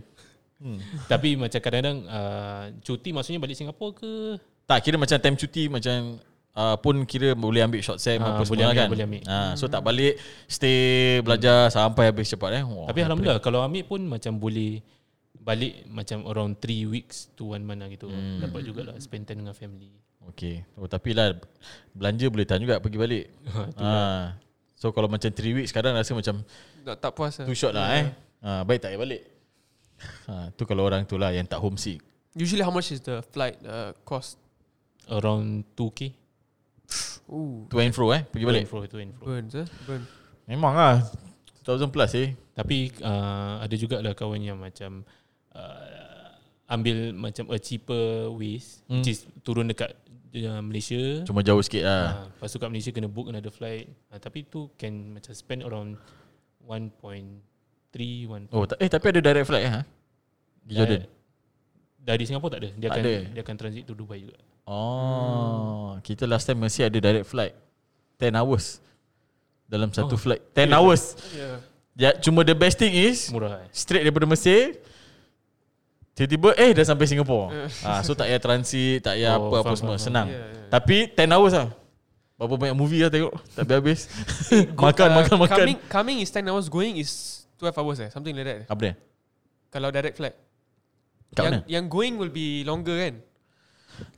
[SPEAKER 3] Tapi macam kadang-kadang uh, cuti maksudnya balik Singapura ke?
[SPEAKER 1] Tak kira macam time cuti macam uh, pun kira boleh ambil short sem
[SPEAKER 3] Ah,
[SPEAKER 1] apa
[SPEAKER 3] boleh
[SPEAKER 1] semua lah
[SPEAKER 3] ambil,
[SPEAKER 1] kan
[SPEAKER 3] boleh ambil. Hmm.
[SPEAKER 1] Ah, So tak balik stay belajar sampai habis cepat eh Wah,
[SPEAKER 3] Tapi alhamdulillah kalau ambil pun macam boleh balik macam around 3 weeks to 1 month lah gitu. Hmm. Dapat jugalah spend time dengan family.
[SPEAKER 1] Okay. Oh, tapi lah belanja boleh tahan juga pergi
[SPEAKER 3] (laughs)
[SPEAKER 1] balik.
[SPEAKER 3] Ah, lah.
[SPEAKER 1] ha. So kalau macam 3 weeks kadang rasa macam
[SPEAKER 2] Tak, tak puas lah.
[SPEAKER 1] too short lah eh. Ha, baik tak payah balik. Ha, tu kalau orang tu lah yang tak homesick.
[SPEAKER 2] Usually how much is the flight uh, cost?
[SPEAKER 3] Around 2k.
[SPEAKER 2] Ooh,
[SPEAKER 1] To and fro eh, pergi balik.
[SPEAKER 3] To and fro, to and fro.
[SPEAKER 2] burns eh? Burn.
[SPEAKER 1] Memang lah. 1000 plus eh.
[SPEAKER 3] Tapi uh, ada jugalah kawan yang macam uh, ambil macam a cheaper ways hmm. which is turun dekat uh, Malaysia.
[SPEAKER 1] Cuma jauh sikit lah.
[SPEAKER 3] Uh, lepas tu kat Malaysia kena book another flight. Uh, tapi tu can macam spend around 1.3 1.
[SPEAKER 1] Oh, ta- eh tapi ada direct flight eh? Ha? Pergi Jordan.
[SPEAKER 3] Eh, Dari Singapura tak ada. Dia
[SPEAKER 1] Tak
[SPEAKER 3] akan
[SPEAKER 1] ada.
[SPEAKER 3] dia akan transit to Dubai juga.
[SPEAKER 1] Oh, kita last time mesti ada direct flight. 10 hours. Dalam satu flight. 10 hours.
[SPEAKER 2] Yeah.
[SPEAKER 1] Ya, cuma the best thing is
[SPEAKER 3] Murah. Eh.
[SPEAKER 1] straight daripada Mesir tiba-tiba eh dah sampai
[SPEAKER 2] (laughs)
[SPEAKER 1] Singapura. ah, so tak payah transit, tak payah
[SPEAKER 3] Oh,
[SPEAKER 1] apa-apa
[SPEAKER 3] faham,
[SPEAKER 1] semua,
[SPEAKER 3] faham,
[SPEAKER 1] senang.
[SPEAKER 2] yeah, yeah.
[SPEAKER 1] Tapi 10 hours lah. Berapa banyak movie lah tengok Tak
[SPEAKER 2] (laughs)
[SPEAKER 1] habis-habis Makan, makan, makan
[SPEAKER 2] uh, Coming, coming is 10 hours, going is 12 hours eh? Something like that.
[SPEAKER 1] Apa dia?
[SPEAKER 2] Kalau direct flight.
[SPEAKER 1] Kat
[SPEAKER 2] yang,
[SPEAKER 1] mana?
[SPEAKER 2] yang going will be longer kan?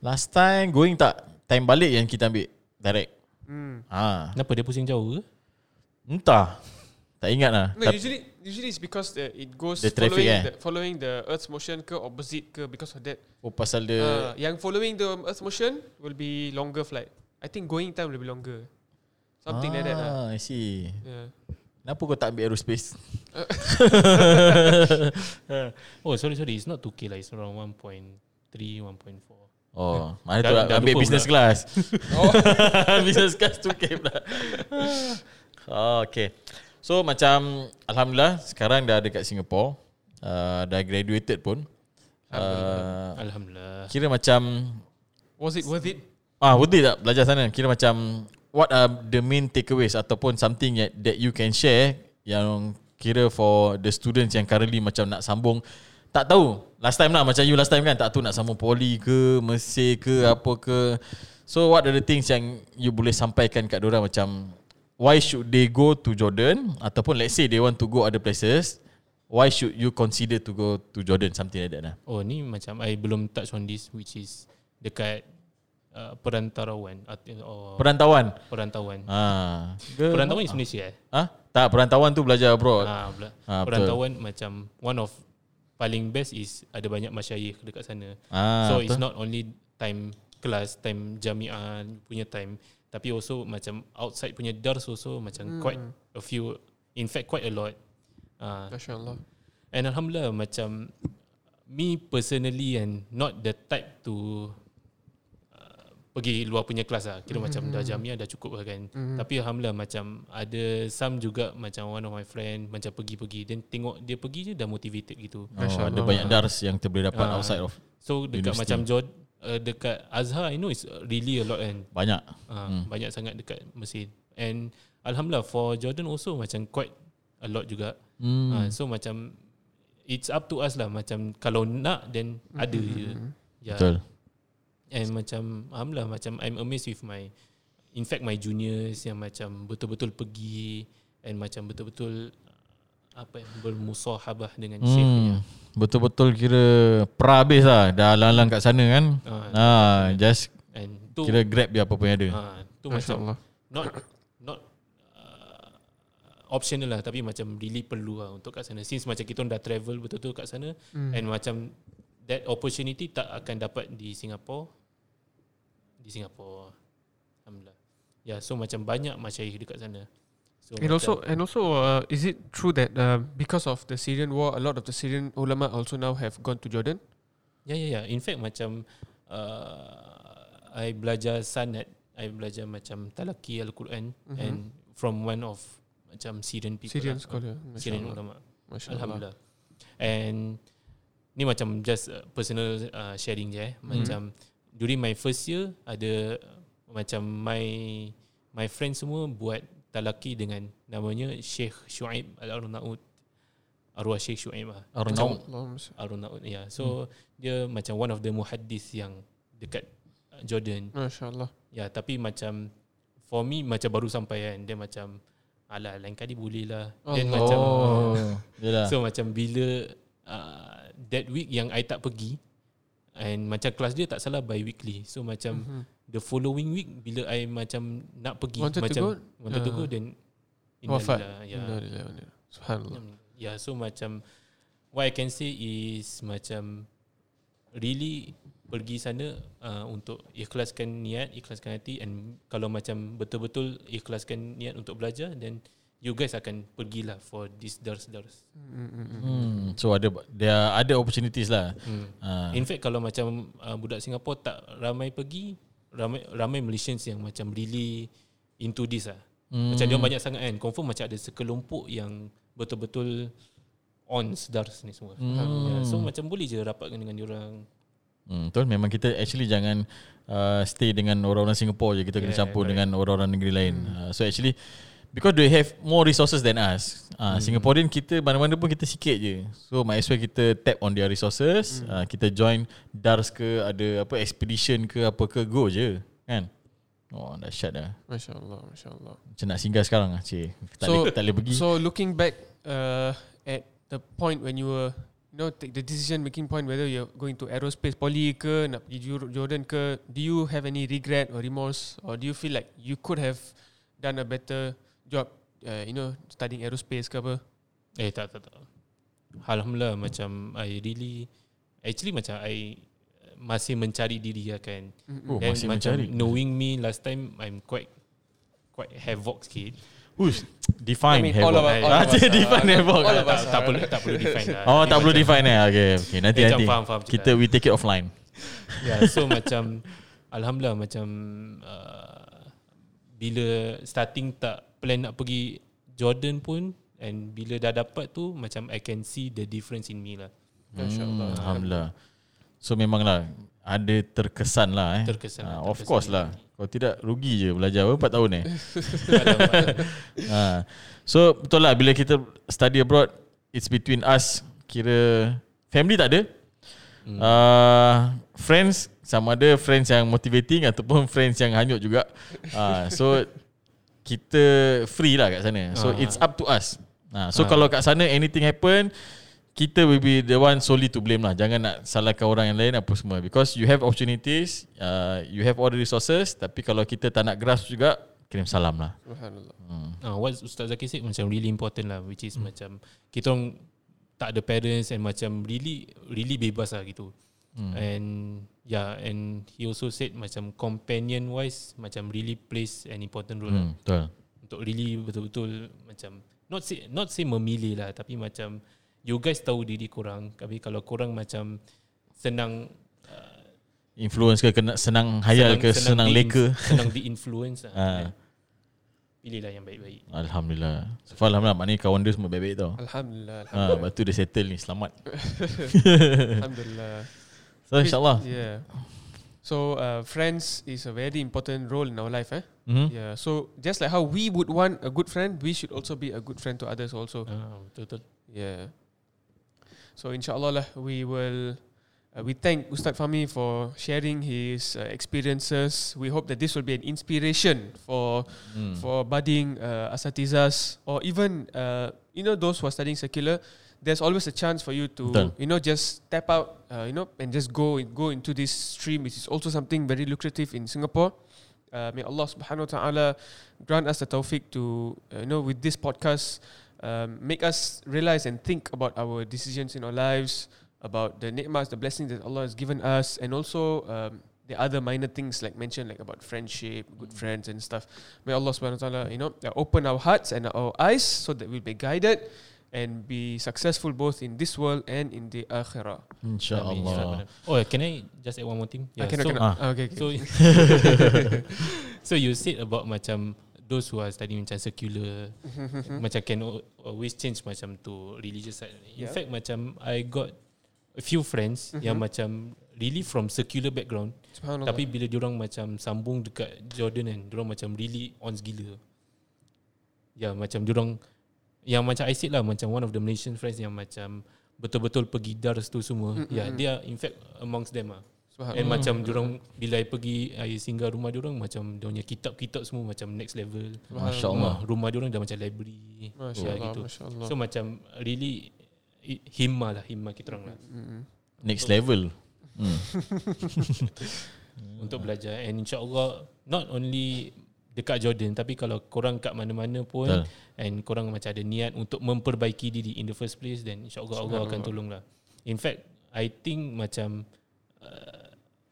[SPEAKER 1] Last time going tak Time balik yang kita ambil Direct
[SPEAKER 2] Hmm.
[SPEAKER 1] ha.
[SPEAKER 3] Kenapa dia pusing jauh ke?
[SPEAKER 1] Entah Tak ingat lah
[SPEAKER 2] No,
[SPEAKER 1] Tapi-
[SPEAKER 2] usually usually it's because the, it goes
[SPEAKER 1] The traffic,
[SPEAKER 2] following,
[SPEAKER 1] eh?
[SPEAKER 2] the, following the Earth's motion ke opposite ke because of that.
[SPEAKER 1] Oh pasal dia
[SPEAKER 2] Uh, yang following the Earth's motion will be longer flight. I think going time will be longer. Something like that. Lah.
[SPEAKER 1] ah, I see
[SPEAKER 2] Yeah.
[SPEAKER 1] Kenapa kau tak ambil aerospace?
[SPEAKER 3] Oh sorry sorry it's not 2k lah it's around 1.3 1.4.
[SPEAKER 1] Oh,
[SPEAKER 2] (laughs)
[SPEAKER 1] mana tu
[SPEAKER 3] Dah-
[SPEAKER 1] dah,
[SPEAKER 3] dah
[SPEAKER 1] ambil
[SPEAKER 3] lupa
[SPEAKER 1] business class.
[SPEAKER 2] Oh.
[SPEAKER 1] (laughs) business class tu k pula. oh, okay. So macam Alhamdulillah sekarang dah dekat Singapore. Uh, dah graduated pun. Uh,
[SPEAKER 3] Alhamdulillah.
[SPEAKER 1] kira macam
[SPEAKER 2] Was it worth it?
[SPEAKER 1] ah worth it tak belajar sana? Kira macam what are the main takeaways ataupun something that, that you can share yang kira for the students yang currently macam nak sambung tak tahu last time lah macam you last time kan tak tahu nak sambung poli ke Mesir ke apa ke so what are the things yang you boleh sampaikan kat diorang macam why should they go to Jordan ataupun let's say they want to go other places why should you consider to go to Jordan something like that lah
[SPEAKER 3] Oh ni macam I belum touch on this which is dekat uh, perantauan at- or
[SPEAKER 1] perantauan
[SPEAKER 3] perantauan.
[SPEAKER 1] ah
[SPEAKER 3] Perantauan is Malaysia eh?
[SPEAKER 1] ah tak perantauan tu belajar abroad
[SPEAKER 3] Ah, pula.
[SPEAKER 1] Ah, betul.
[SPEAKER 3] perantauan macam one of paling best is ada banyak masyayikh dekat sana.
[SPEAKER 1] Ah,
[SPEAKER 3] so it's
[SPEAKER 1] betul.
[SPEAKER 3] not only time kelas, time jamiah punya time tapi also macam outside punya dars also macam quite a few in fact quite a lot. Ah,
[SPEAKER 2] Masya Allah.
[SPEAKER 3] And alhamdulillah macam me personally and not the type to uh, pergi luar punya kelas lah. Kira mm-hmm. macam dah jamia dah cukup lah kan. Mm-hmm. Tapi alhamdulillah macam ada some juga macam one of my friend macam pergi-pergi then tengok dia pergi je dah motivated gitu.
[SPEAKER 1] Oh, ada banyak dars yang kita boleh dapat
[SPEAKER 3] Ah.
[SPEAKER 1] outside of
[SPEAKER 3] So dekat
[SPEAKER 1] University.
[SPEAKER 3] macam Jod uh, dekat Azhar I know it's really a lot kan.
[SPEAKER 1] banyak.
[SPEAKER 3] Uh, hmm. Banyak sangat dekat Mesir And Alhamdulillah for Jordan also macam quite a lot juga hmm. uh, So macam it's up to us lah Macam kalau nak then ada je yeah.
[SPEAKER 1] Betul.
[SPEAKER 3] And macam Alhamdulillah macam I'm amazed with my In fact my juniors yang macam betul-betul pergi And macam betul-betul apa yang bermusahabah dengan hmm. Syekh punya.
[SPEAKER 1] Hmm. Betul-betul kira pra habis lah. Dah lalang kat sana kan. Ha, just
[SPEAKER 3] Uh, And Ah, ya. tu
[SPEAKER 1] kira grab dia apa pun yang ada.
[SPEAKER 3] uh, tu
[SPEAKER 2] Masya
[SPEAKER 3] macam
[SPEAKER 2] Allah.
[SPEAKER 3] not not uh, optional lah tapi macam really perlu lah untuk kat sana since macam kita orang dah travel betul-betul kat sana
[SPEAKER 2] Hmm.
[SPEAKER 3] mm. and macam that opportunity tak akan dapat di Singapore di Singapore alhamdulillah ya yeah, so macam banyak masyayikh dekat sana so
[SPEAKER 2] And also, and also, uh, is it true that uh, because of the Syrian war, a lot of the Syrian ulama also now have gone to Jordan?
[SPEAKER 3] Ya ya ya. In fact macam uh, I belajar sanad, I belajar macam talaki al-Quran mm-hmm. and from one of macam Syrian people.
[SPEAKER 2] Mhm. Syrian
[SPEAKER 3] lah.
[SPEAKER 2] scholar. Masya
[SPEAKER 3] Syrian
[SPEAKER 2] Allah.
[SPEAKER 3] ulama.
[SPEAKER 2] Masya Allah.
[SPEAKER 3] Alhamdulillah. And ni macam just uh, personal uh, sharing je eh. Macam during my first year ada uh, macam my my friend semua buat talaki dengan namanya Sheikh Shuaib Al-Arnaud. Arwah Sheikh Shuaib lah. Macam-
[SPEAKER 1] Arnaud.
[SPEAKER 2] Allahumma sa-
[SPEAKER 3] Arnaud ya. Yeah. So hmm. dia macam one of the muhaddis yang dekat uh, Jordan.
[SPEAKER 2] Masya Allah.
[SPEAKER 3] Ya, yeah, tapi macam for me macam baru sampai kan. Dia macam alah lain kali boleh lah. Then
[SPEAKER 2] Allah.
[SPEAKER 3] (laughs) macam
[SPEAKER 2] Ah.
[SPEAKER 1] Oh. Yalah.
[SPEAKER 3] so macam bila uh, that week yang I tak pergi and macam kelas dia tak salah by weekly. So macam
[SPEAKER 2] Mhm. Hmm.
[SPEAKER 3] mm-hmm. the following week bila I macam nak pergi
[SPEAKER 2] Wanted to
[SPEAKER 3] macam
[SPEAKER 2] go?
[SPEAKER 3] wanted to
[SPEAKER 2] Ah.
[SPEAKER 3] go then
[SPEAKER 2] Wafat.
[SPEAKER 3] innalillah, Ya.
[SPEAKER 2] Innalillah, innalillah. Subhanallah.
[SPEAKER 3] Ya, so macam what I can say is macam really pergi sana uh, untuk ikhlaskan niat, ikhlaskan hati and kalau macam betul-betul ikhlaskan niat untuk belajar then you guys akan pergilah for this dars-dars.
[SPEAKER 1] Hmm. So ada there are other opportunities lah.
[SPEAKER 3] Hmm.
[SPEAKER 1] Uh,
[SPEAKER 3] In fact kalau macam uh, budak Singapura tak ramai pergi, ramai ramai Malaysians yang macam really into this ah. Hmm. Macam dia orang banyak sangat kan. Confirm macam ada sekelompok yang betul-betul on sedars ni semua. Hmm. Yeah, so macam boleh je rapatkan dengan dia orang.
[SPEAKER 1] Hmm, betul memang kita actually jangan uh, stay dengan orang-orang Singapore je kita kena
[SPEAKER 3] Yeah,
[SPEAKER 1] campur dengan orang-orang negeri lain.
[SPEAKER 2] Hmm.
[SPEAKER 1] Uh, so actually because they have more resources than us. Uh,
[SPEAKER 2] Hmm.
[SPEAKER 1] Singaporean kita mana-mana pun kita sikit je. So might as well kita tap on their resources,
[SPEAKER 2] Hmm.
[SPEAKER 1] uh, kita join DARS ke ada apa expedition ke apa ke go je kan. Oh dahsyat dah.
[SPEAKER 2] Masya Allah, Masya Allah.
[SPEAKER 1] Macam nak singgah sekarang ah cik. Tak
[SPEAKER 2] So-
[SPEAKER 1] boleh tak boleh pergi. So,
[SPEAKER 2] So looking back uh, at the point when you were you know take the decision making point whether you're going to aerospace poly ke nak pergi Jor- Jordan ke do you have any regret or remorse or do you feel like you could have done a better job uh, you know studying aerospace ke apa
[SPEAKER 3] Eh tak tak tak. Alhamdulillah macam I really actually macam I masih mencari diri lah kan.
[SPEAKER 1] oh,
[SPEAKER 3] And
[SPEAKER 1] masih
[SPEAKER 3] macam
[SPEAKER 1] mencari.
[SPEAKER 3] knowing me last time I'm quite quite havoc sikit.
[SPEAKER 1] Ush, define
[SPEAKER 2] I mean, all
[SPEAKER 1] havoc.
[SPEAKER 2] of us- all
[SPEAKER 1] Ah,
[SPEAKER 2] of
[SPEAKER 1] cik,
[SPEAKER 2] us, uh,
[SPEAKER 1] define havoc.
[SPEAKER 2] all
[SPEAKER 1] Ah,
[SPEAKER 2] of
[SPEAKER 1] tak-
[SPEAKER 2] us.
[SPEAKER 3] tak, tak perlu tak perlu define lah.
[SPEAKER 1] Oh
[SPEAKER 3] Dia
[SPEAKER 1] tak perlu
[SPEAKER 3] macam-
[SPEAKER 1] define eh Okay, okay. Nanti
[SPEAKER 3] Dia
[SPEAKER 1] nanti
[SPEAKER 3] macam faham, faham je
[SPEAKER 1] Kita
[SPEAKER 3] lah.
[SPEAKER 1] we take it offline
[SPEAKER 3] yeah,
[SPEAKER 1] (laughs)
[SPEAKER 3] so macam alhamdulillah macam uh, bila starting tak plan nak pergi Jordan pun and bila dah dapat tu macam I can see the difference in me lah.
[SPEAKER 1] hmm, Alhamdulillah So memang lah Ada terkesan lah eh.
[SPEAKER 3] Terkesan lah,
[SPEAKER 1] Ah, Of
[SPEAKER 3] terkesan.
[SPEAKER 1] course lah Kalau tidak rugi je belajar Berapa 4 tahun eh
[SPEAKER 3] Alamak.
[SPEAKER 1] ha. So betul lah Bila kita study abroad It's between us Kira Family tak ada hmm. uh, Friends Sama ada friends yang motivating Ataupun (laughs) friends yang hanyut juga uh, So Kita free lah kat sana So
[SPEAKER 3] Ah.
[SPEAKER 1] it's up to us uh, So kalau kat sana anything happen kita will be the one solely to blame lah. Jangan nak salahkan orang yang lain apa semua. Because you have opportunities, uh, you have all the resources. Tapi kalau kita tak nak grasp juga, kirim salam lah.
[SPEAKER 2] subhanallah
[SPEAKER 3] uh, what Ustaz Zaki said macam really important lah which
[SPEAKER 1] Hmm.
[SPEAKER 3] is macam kita orang tak ada parents and macam really really bebas lah gitu.
[SPEAKER 1] Hmm.
[SPEAKER 3] And yeah and he also said macam companion wise macam really plays an important role lah.
[SPEAKER 1] Hmm, betul.
[SPEAKER 3] untuk really betul-betul macam not say not say memilih lah tapi macam you guys tahu diri korang tapi kalau korang macam senang uh,
[SPEAKER 1] Influence ke kena senang hayal ke senang,
[SPEAKER 3] di-
[SPEAKER 1] leka.
[SPEAKER 3] (laughs) senang diinfluence lah,
[SPEAKER 1] Ah.
[SPEAKER 3] kan. pilihlah yang baik-baik
[SPEAKER 1] Alhamdulillah. So far alhamdulillah maknanya kawan dia semua baik-baik tau.
[SPEAKER 2] alhamdulillah
[SPEAKER 1] Ha, (laughs) lepas tu dia settle ni selamat.
[SPEAKER 2] alhamdulillah
[SPEAKER 1] So insyaallah.
[SPEAKER 2] yeah so uh, friends is a very important role in our life eh
[SPEAKER 1] Mhm.
[SPEAKER 2] Yeah, so just like how we would want a good friend, we should also be a good friend to others also.
[SPEAKER 3] Ah, betul-betul
[SPEAKER 2] Yeah. So inshallah lah, we will uh, we thank Ustad Fahmi for sharing his uh, experiences. We hope that this will be an inspiration for
[SPEAKER 1] Hmm.
[SPEAKER 2] for budding uh, asatizas or even uh, you know those who are studying secular. There's always a chance for you to
[SPEAKER 1] Betul.
[SPEAKER 2] you know just step out uh, you know and just go go into this stream, which is also something very lucrative in Singapore. Uh, may Allah subhanahu wa ta'ala grant us the tawfiq to, uh, you know, with this podcast, um, make us realize and think about our decisions in our lives, about the ni'mas, the blessings that Allah has given us, and also um, the other minor things like mentioned, like about friendship, good friends, and stuff. May Allah subhanahu wa ta'ala, you know, uh, open our hearts and our eyes so that we'll be guided and be successful both in this world and in the akhirah.
[SPEAKER 1] Insyaallah.
[SPEAKER 3] oh can I just add one more thing
[SPEAKER 2] I cannot,
[SPEAKER 3] so,
[SPEAKER 2] cannot.
[SPEAKER 1] ah.
[SPEAKER 2] Okay, okay.
[SPEAKER 3] So (laughs) So you said about macam those who are studying macam secular macam can al- always change macam to religious side. In
[SPEAKER 2] Yeah.
[SPEAKER 3] fact macam I got a few friends yang macam really from secular background
[SPEAKER 2] Subhanallah.
[SPEAKER 3] tapi bila diorang macam sambung dekat Jordan kan diorang macam really on gila. Ya macam diorang yang macam I said lah macam one of the Malaysian friends yang macam betul-betul pergi dars tu semua. Mm-hmm. Ya dia in fact amongst them ah.
[SPEAKER 2] Subhanallah.
[SPEAKER 3] And macam diorang Bila I pergi I singgah rumah diorang Macam diorang punya kitab-kitab semua Macam next level
[SPEAKER 1] Masya-Allah.
[SPEAKER 3] Rumah diorang dah macam library
[SPEAKER 2] Masya
[SPEAKER 3] Ya,
[SPEAKER 2] Allah, Masya Allah.
[SPEAKER 3] So macam Really i- himma lah himma kita orang lah
[SPEAKER 1] Next level. Hmm.
[SPEAKER 3] untuk belajar and insyaallah not only dekat Jordan tapi kalau korang kat mana-mana pun
[SPEAKER 1] Betul.
[SPEAKER 3] and korang macam ada niat untuk memperbaiki diri in the first place then insyaallah Allah akan tolong lah in fact I think macam uh,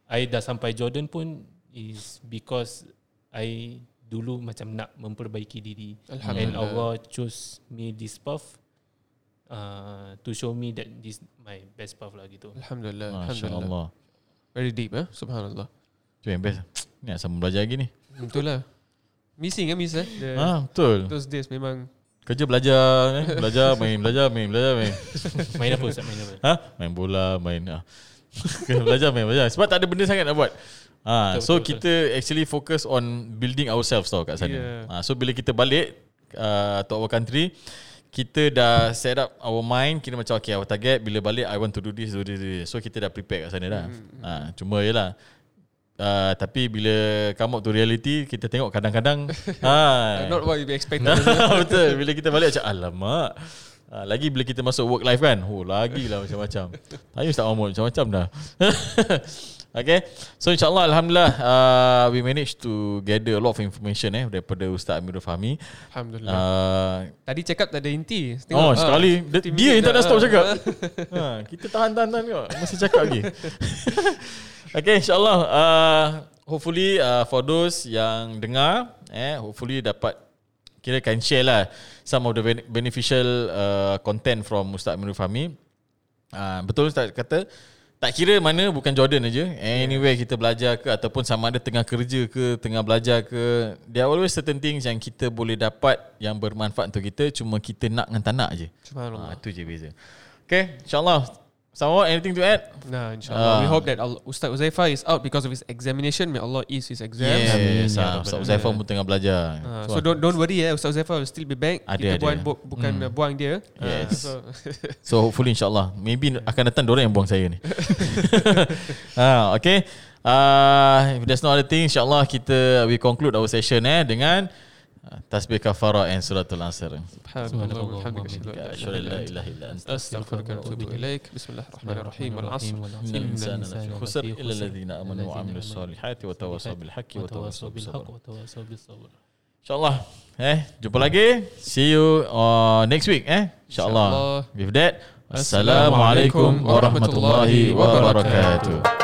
[SPEAKER 3] I dah sampai Jordan pun is because I dulu macam nak memperbaiki diri and Allah chose me this path uh, to show me that this my best path lah
[SPEAKER 2] (laughs)
[SPEAKER 3] gitu
[SPEAKER 2] Alhamdulillah.
[SPEAKER 1] Masya
[SPEAKER 2] Alhamdulillah.
[SPEAKER 1] Allah.
[SPEAKER 2] Very deep eh. Subhanallah.
[SPEAKER 1] Tu yang best. Ni nak sambung belajar lagi ni.
[SPEAKER 2] Betul lah. Missing eh miss eh. The,
[SPEAKER 1] Ha, betul.
[SPEAKER 2] Those days memang
[SPEAKER 1] Kerja belajar, eh. belajar, main, belajar, main, belajar, main.
[SPEAKER 3] main apa Ustaz main apa
[SPEAKER 1] Ha? Main bola, main ah. (laughs) Kena belajar main belajar Sebab tak ada benda sangat nak buat ha,
[SPEAKER 3] Betul,
[SPEAKER 1] So
[SPEAKER 3] betul,
[SPEAKER 1] kita actually focus on Building ourselves tau kat sana
[SPEAKER 2] Yeah.
[SPEAKER 1] ha, So bila kita balik uh, To our country Kita dah set up our mind Kita macam okay our target Bila balik I want to do this, do this, do this. So kita dah prepare kat sana dah
[SPEAKER 3] Hmm,
[SPEAKER 1] ha, Cuma je lah Uh, tapi bila come up to reality kita tengok
[SPEAKER 3] (laughs)
[SPEAKER 1] kadang-kadang ha,
[SPEAKER 2] not what you expected.
[SPEAKER 1] (laughs) Betul Bila kita balik macam Alamak ha, Lagi bila kita masuk work life kan Oh lagi lah macam-macam Tanya Ustaz Mahmud Macam-macam dah (laughs) Okay So insyaAllah Alhamdulillah uh, We managed to Gather a lot of information eh Daripada Ustaz Amirul Fahmi
[SPEAKER 2] Alhamdulillah.
[SPEAKER 1] uh,
[SPEAKER 2] Tadi cakap tak ada inti.
[SPEAKER 1] Oh
[SPEAKER 2] ah,
[SPEAKER 1] sekali Dia, dia
[SPEAKER 2] 50
[SPEAKER 1] yang tak
[SPEAKER 2] minit
[SPEAKER 1] nak
[SPEAKER 2] dah,
[SPEAKER 1] stop
[SPEAKER 2] ah.
[SPEAKER 1] cakap ha, Kita tahan-tahan kau Masih cakap lagi (laughs) Okay insyaAllah uh, Hopefully uh, for those yang dengar eh, Hopefully dapat Kira can share lah Some of the ben- beneficial uh, content from Ustaz Amirul Fahmi uh, Betul Ustaz kata tak kira mana bukan Jordan aja anywhere kita belajar ke ataupun sama ada tengah kerja ke tengah belajar ke there are always certain things yang kita boleh dapat yang bermanfaat untuk kita cuma kita nak dengan tak nak je
[SPEAKER 2] Ah, Subhanallah.
[SPEAKER 1] ha, tu je beza okay insyaallah sama anything to add
[SPEAKER 2] Nah, insyaAllah. we
[SPEAKER 1] Ah.
[SPEAKER 2] hope that Al- Ustaz Uzaifa is out because of his examination. May Allah ease his
[SPEAKER 1] yes
[SPEAKER 2] exams.
[SPEAKER 3] Ya,
[SPEAKER 1] ah,
[SPEAKER 3] betul.
[SPEAKER 1] Ustaz Uzaifah pun tengah belajar
[SPEAKER 2] Ah, so don't don't worry eh Ustaz Uzaifa will still be back.
[SPEAKER 1] Ada,
[SPEAKER 2] Kita
[SPEAKER 1] ada.
[SPEAKER 2] buang bu- bukan uh, buang dia. Ah,
[SPEAKER 1] Yes.
[SPEAKER 2] so (laughs)
[SPEAKER 1] So hopefully insyaAllah Maybe akan datang Diorang yang buang saya ni (laughs) ha, Okay uh, If there's no other thing InsyaAllah kita We conclude our session eh Dengan uh, Tasbih Kafarah and Suratul Ansar
[SPEAKER 2] subhanallah
[SPEAKER 3] Subhanallah,
[SPEAKER 2] walhamdulillah.
[SPEAKER 1] Ya,
[SPEAKER 2] أستغفرك وأتوب إليك بسم الله الرحمن الرحيم والعصر
[SPEAKER 1] خسر إلا الذين آمنوا وعملوا الصالحات وتواصوا بالحق وتواصوا بالصبر
[SPEAKER 3] وتواصوا بالصبر
[SPEAKER 1] InsyaAllah eh, Jumpa lagi See you uh, next week eh InsyaAllah
[SPEAKER 2] InsyaAllah.
[SPEAKER 1] With that Assalamualaikum warahmatullahi wabarakatuh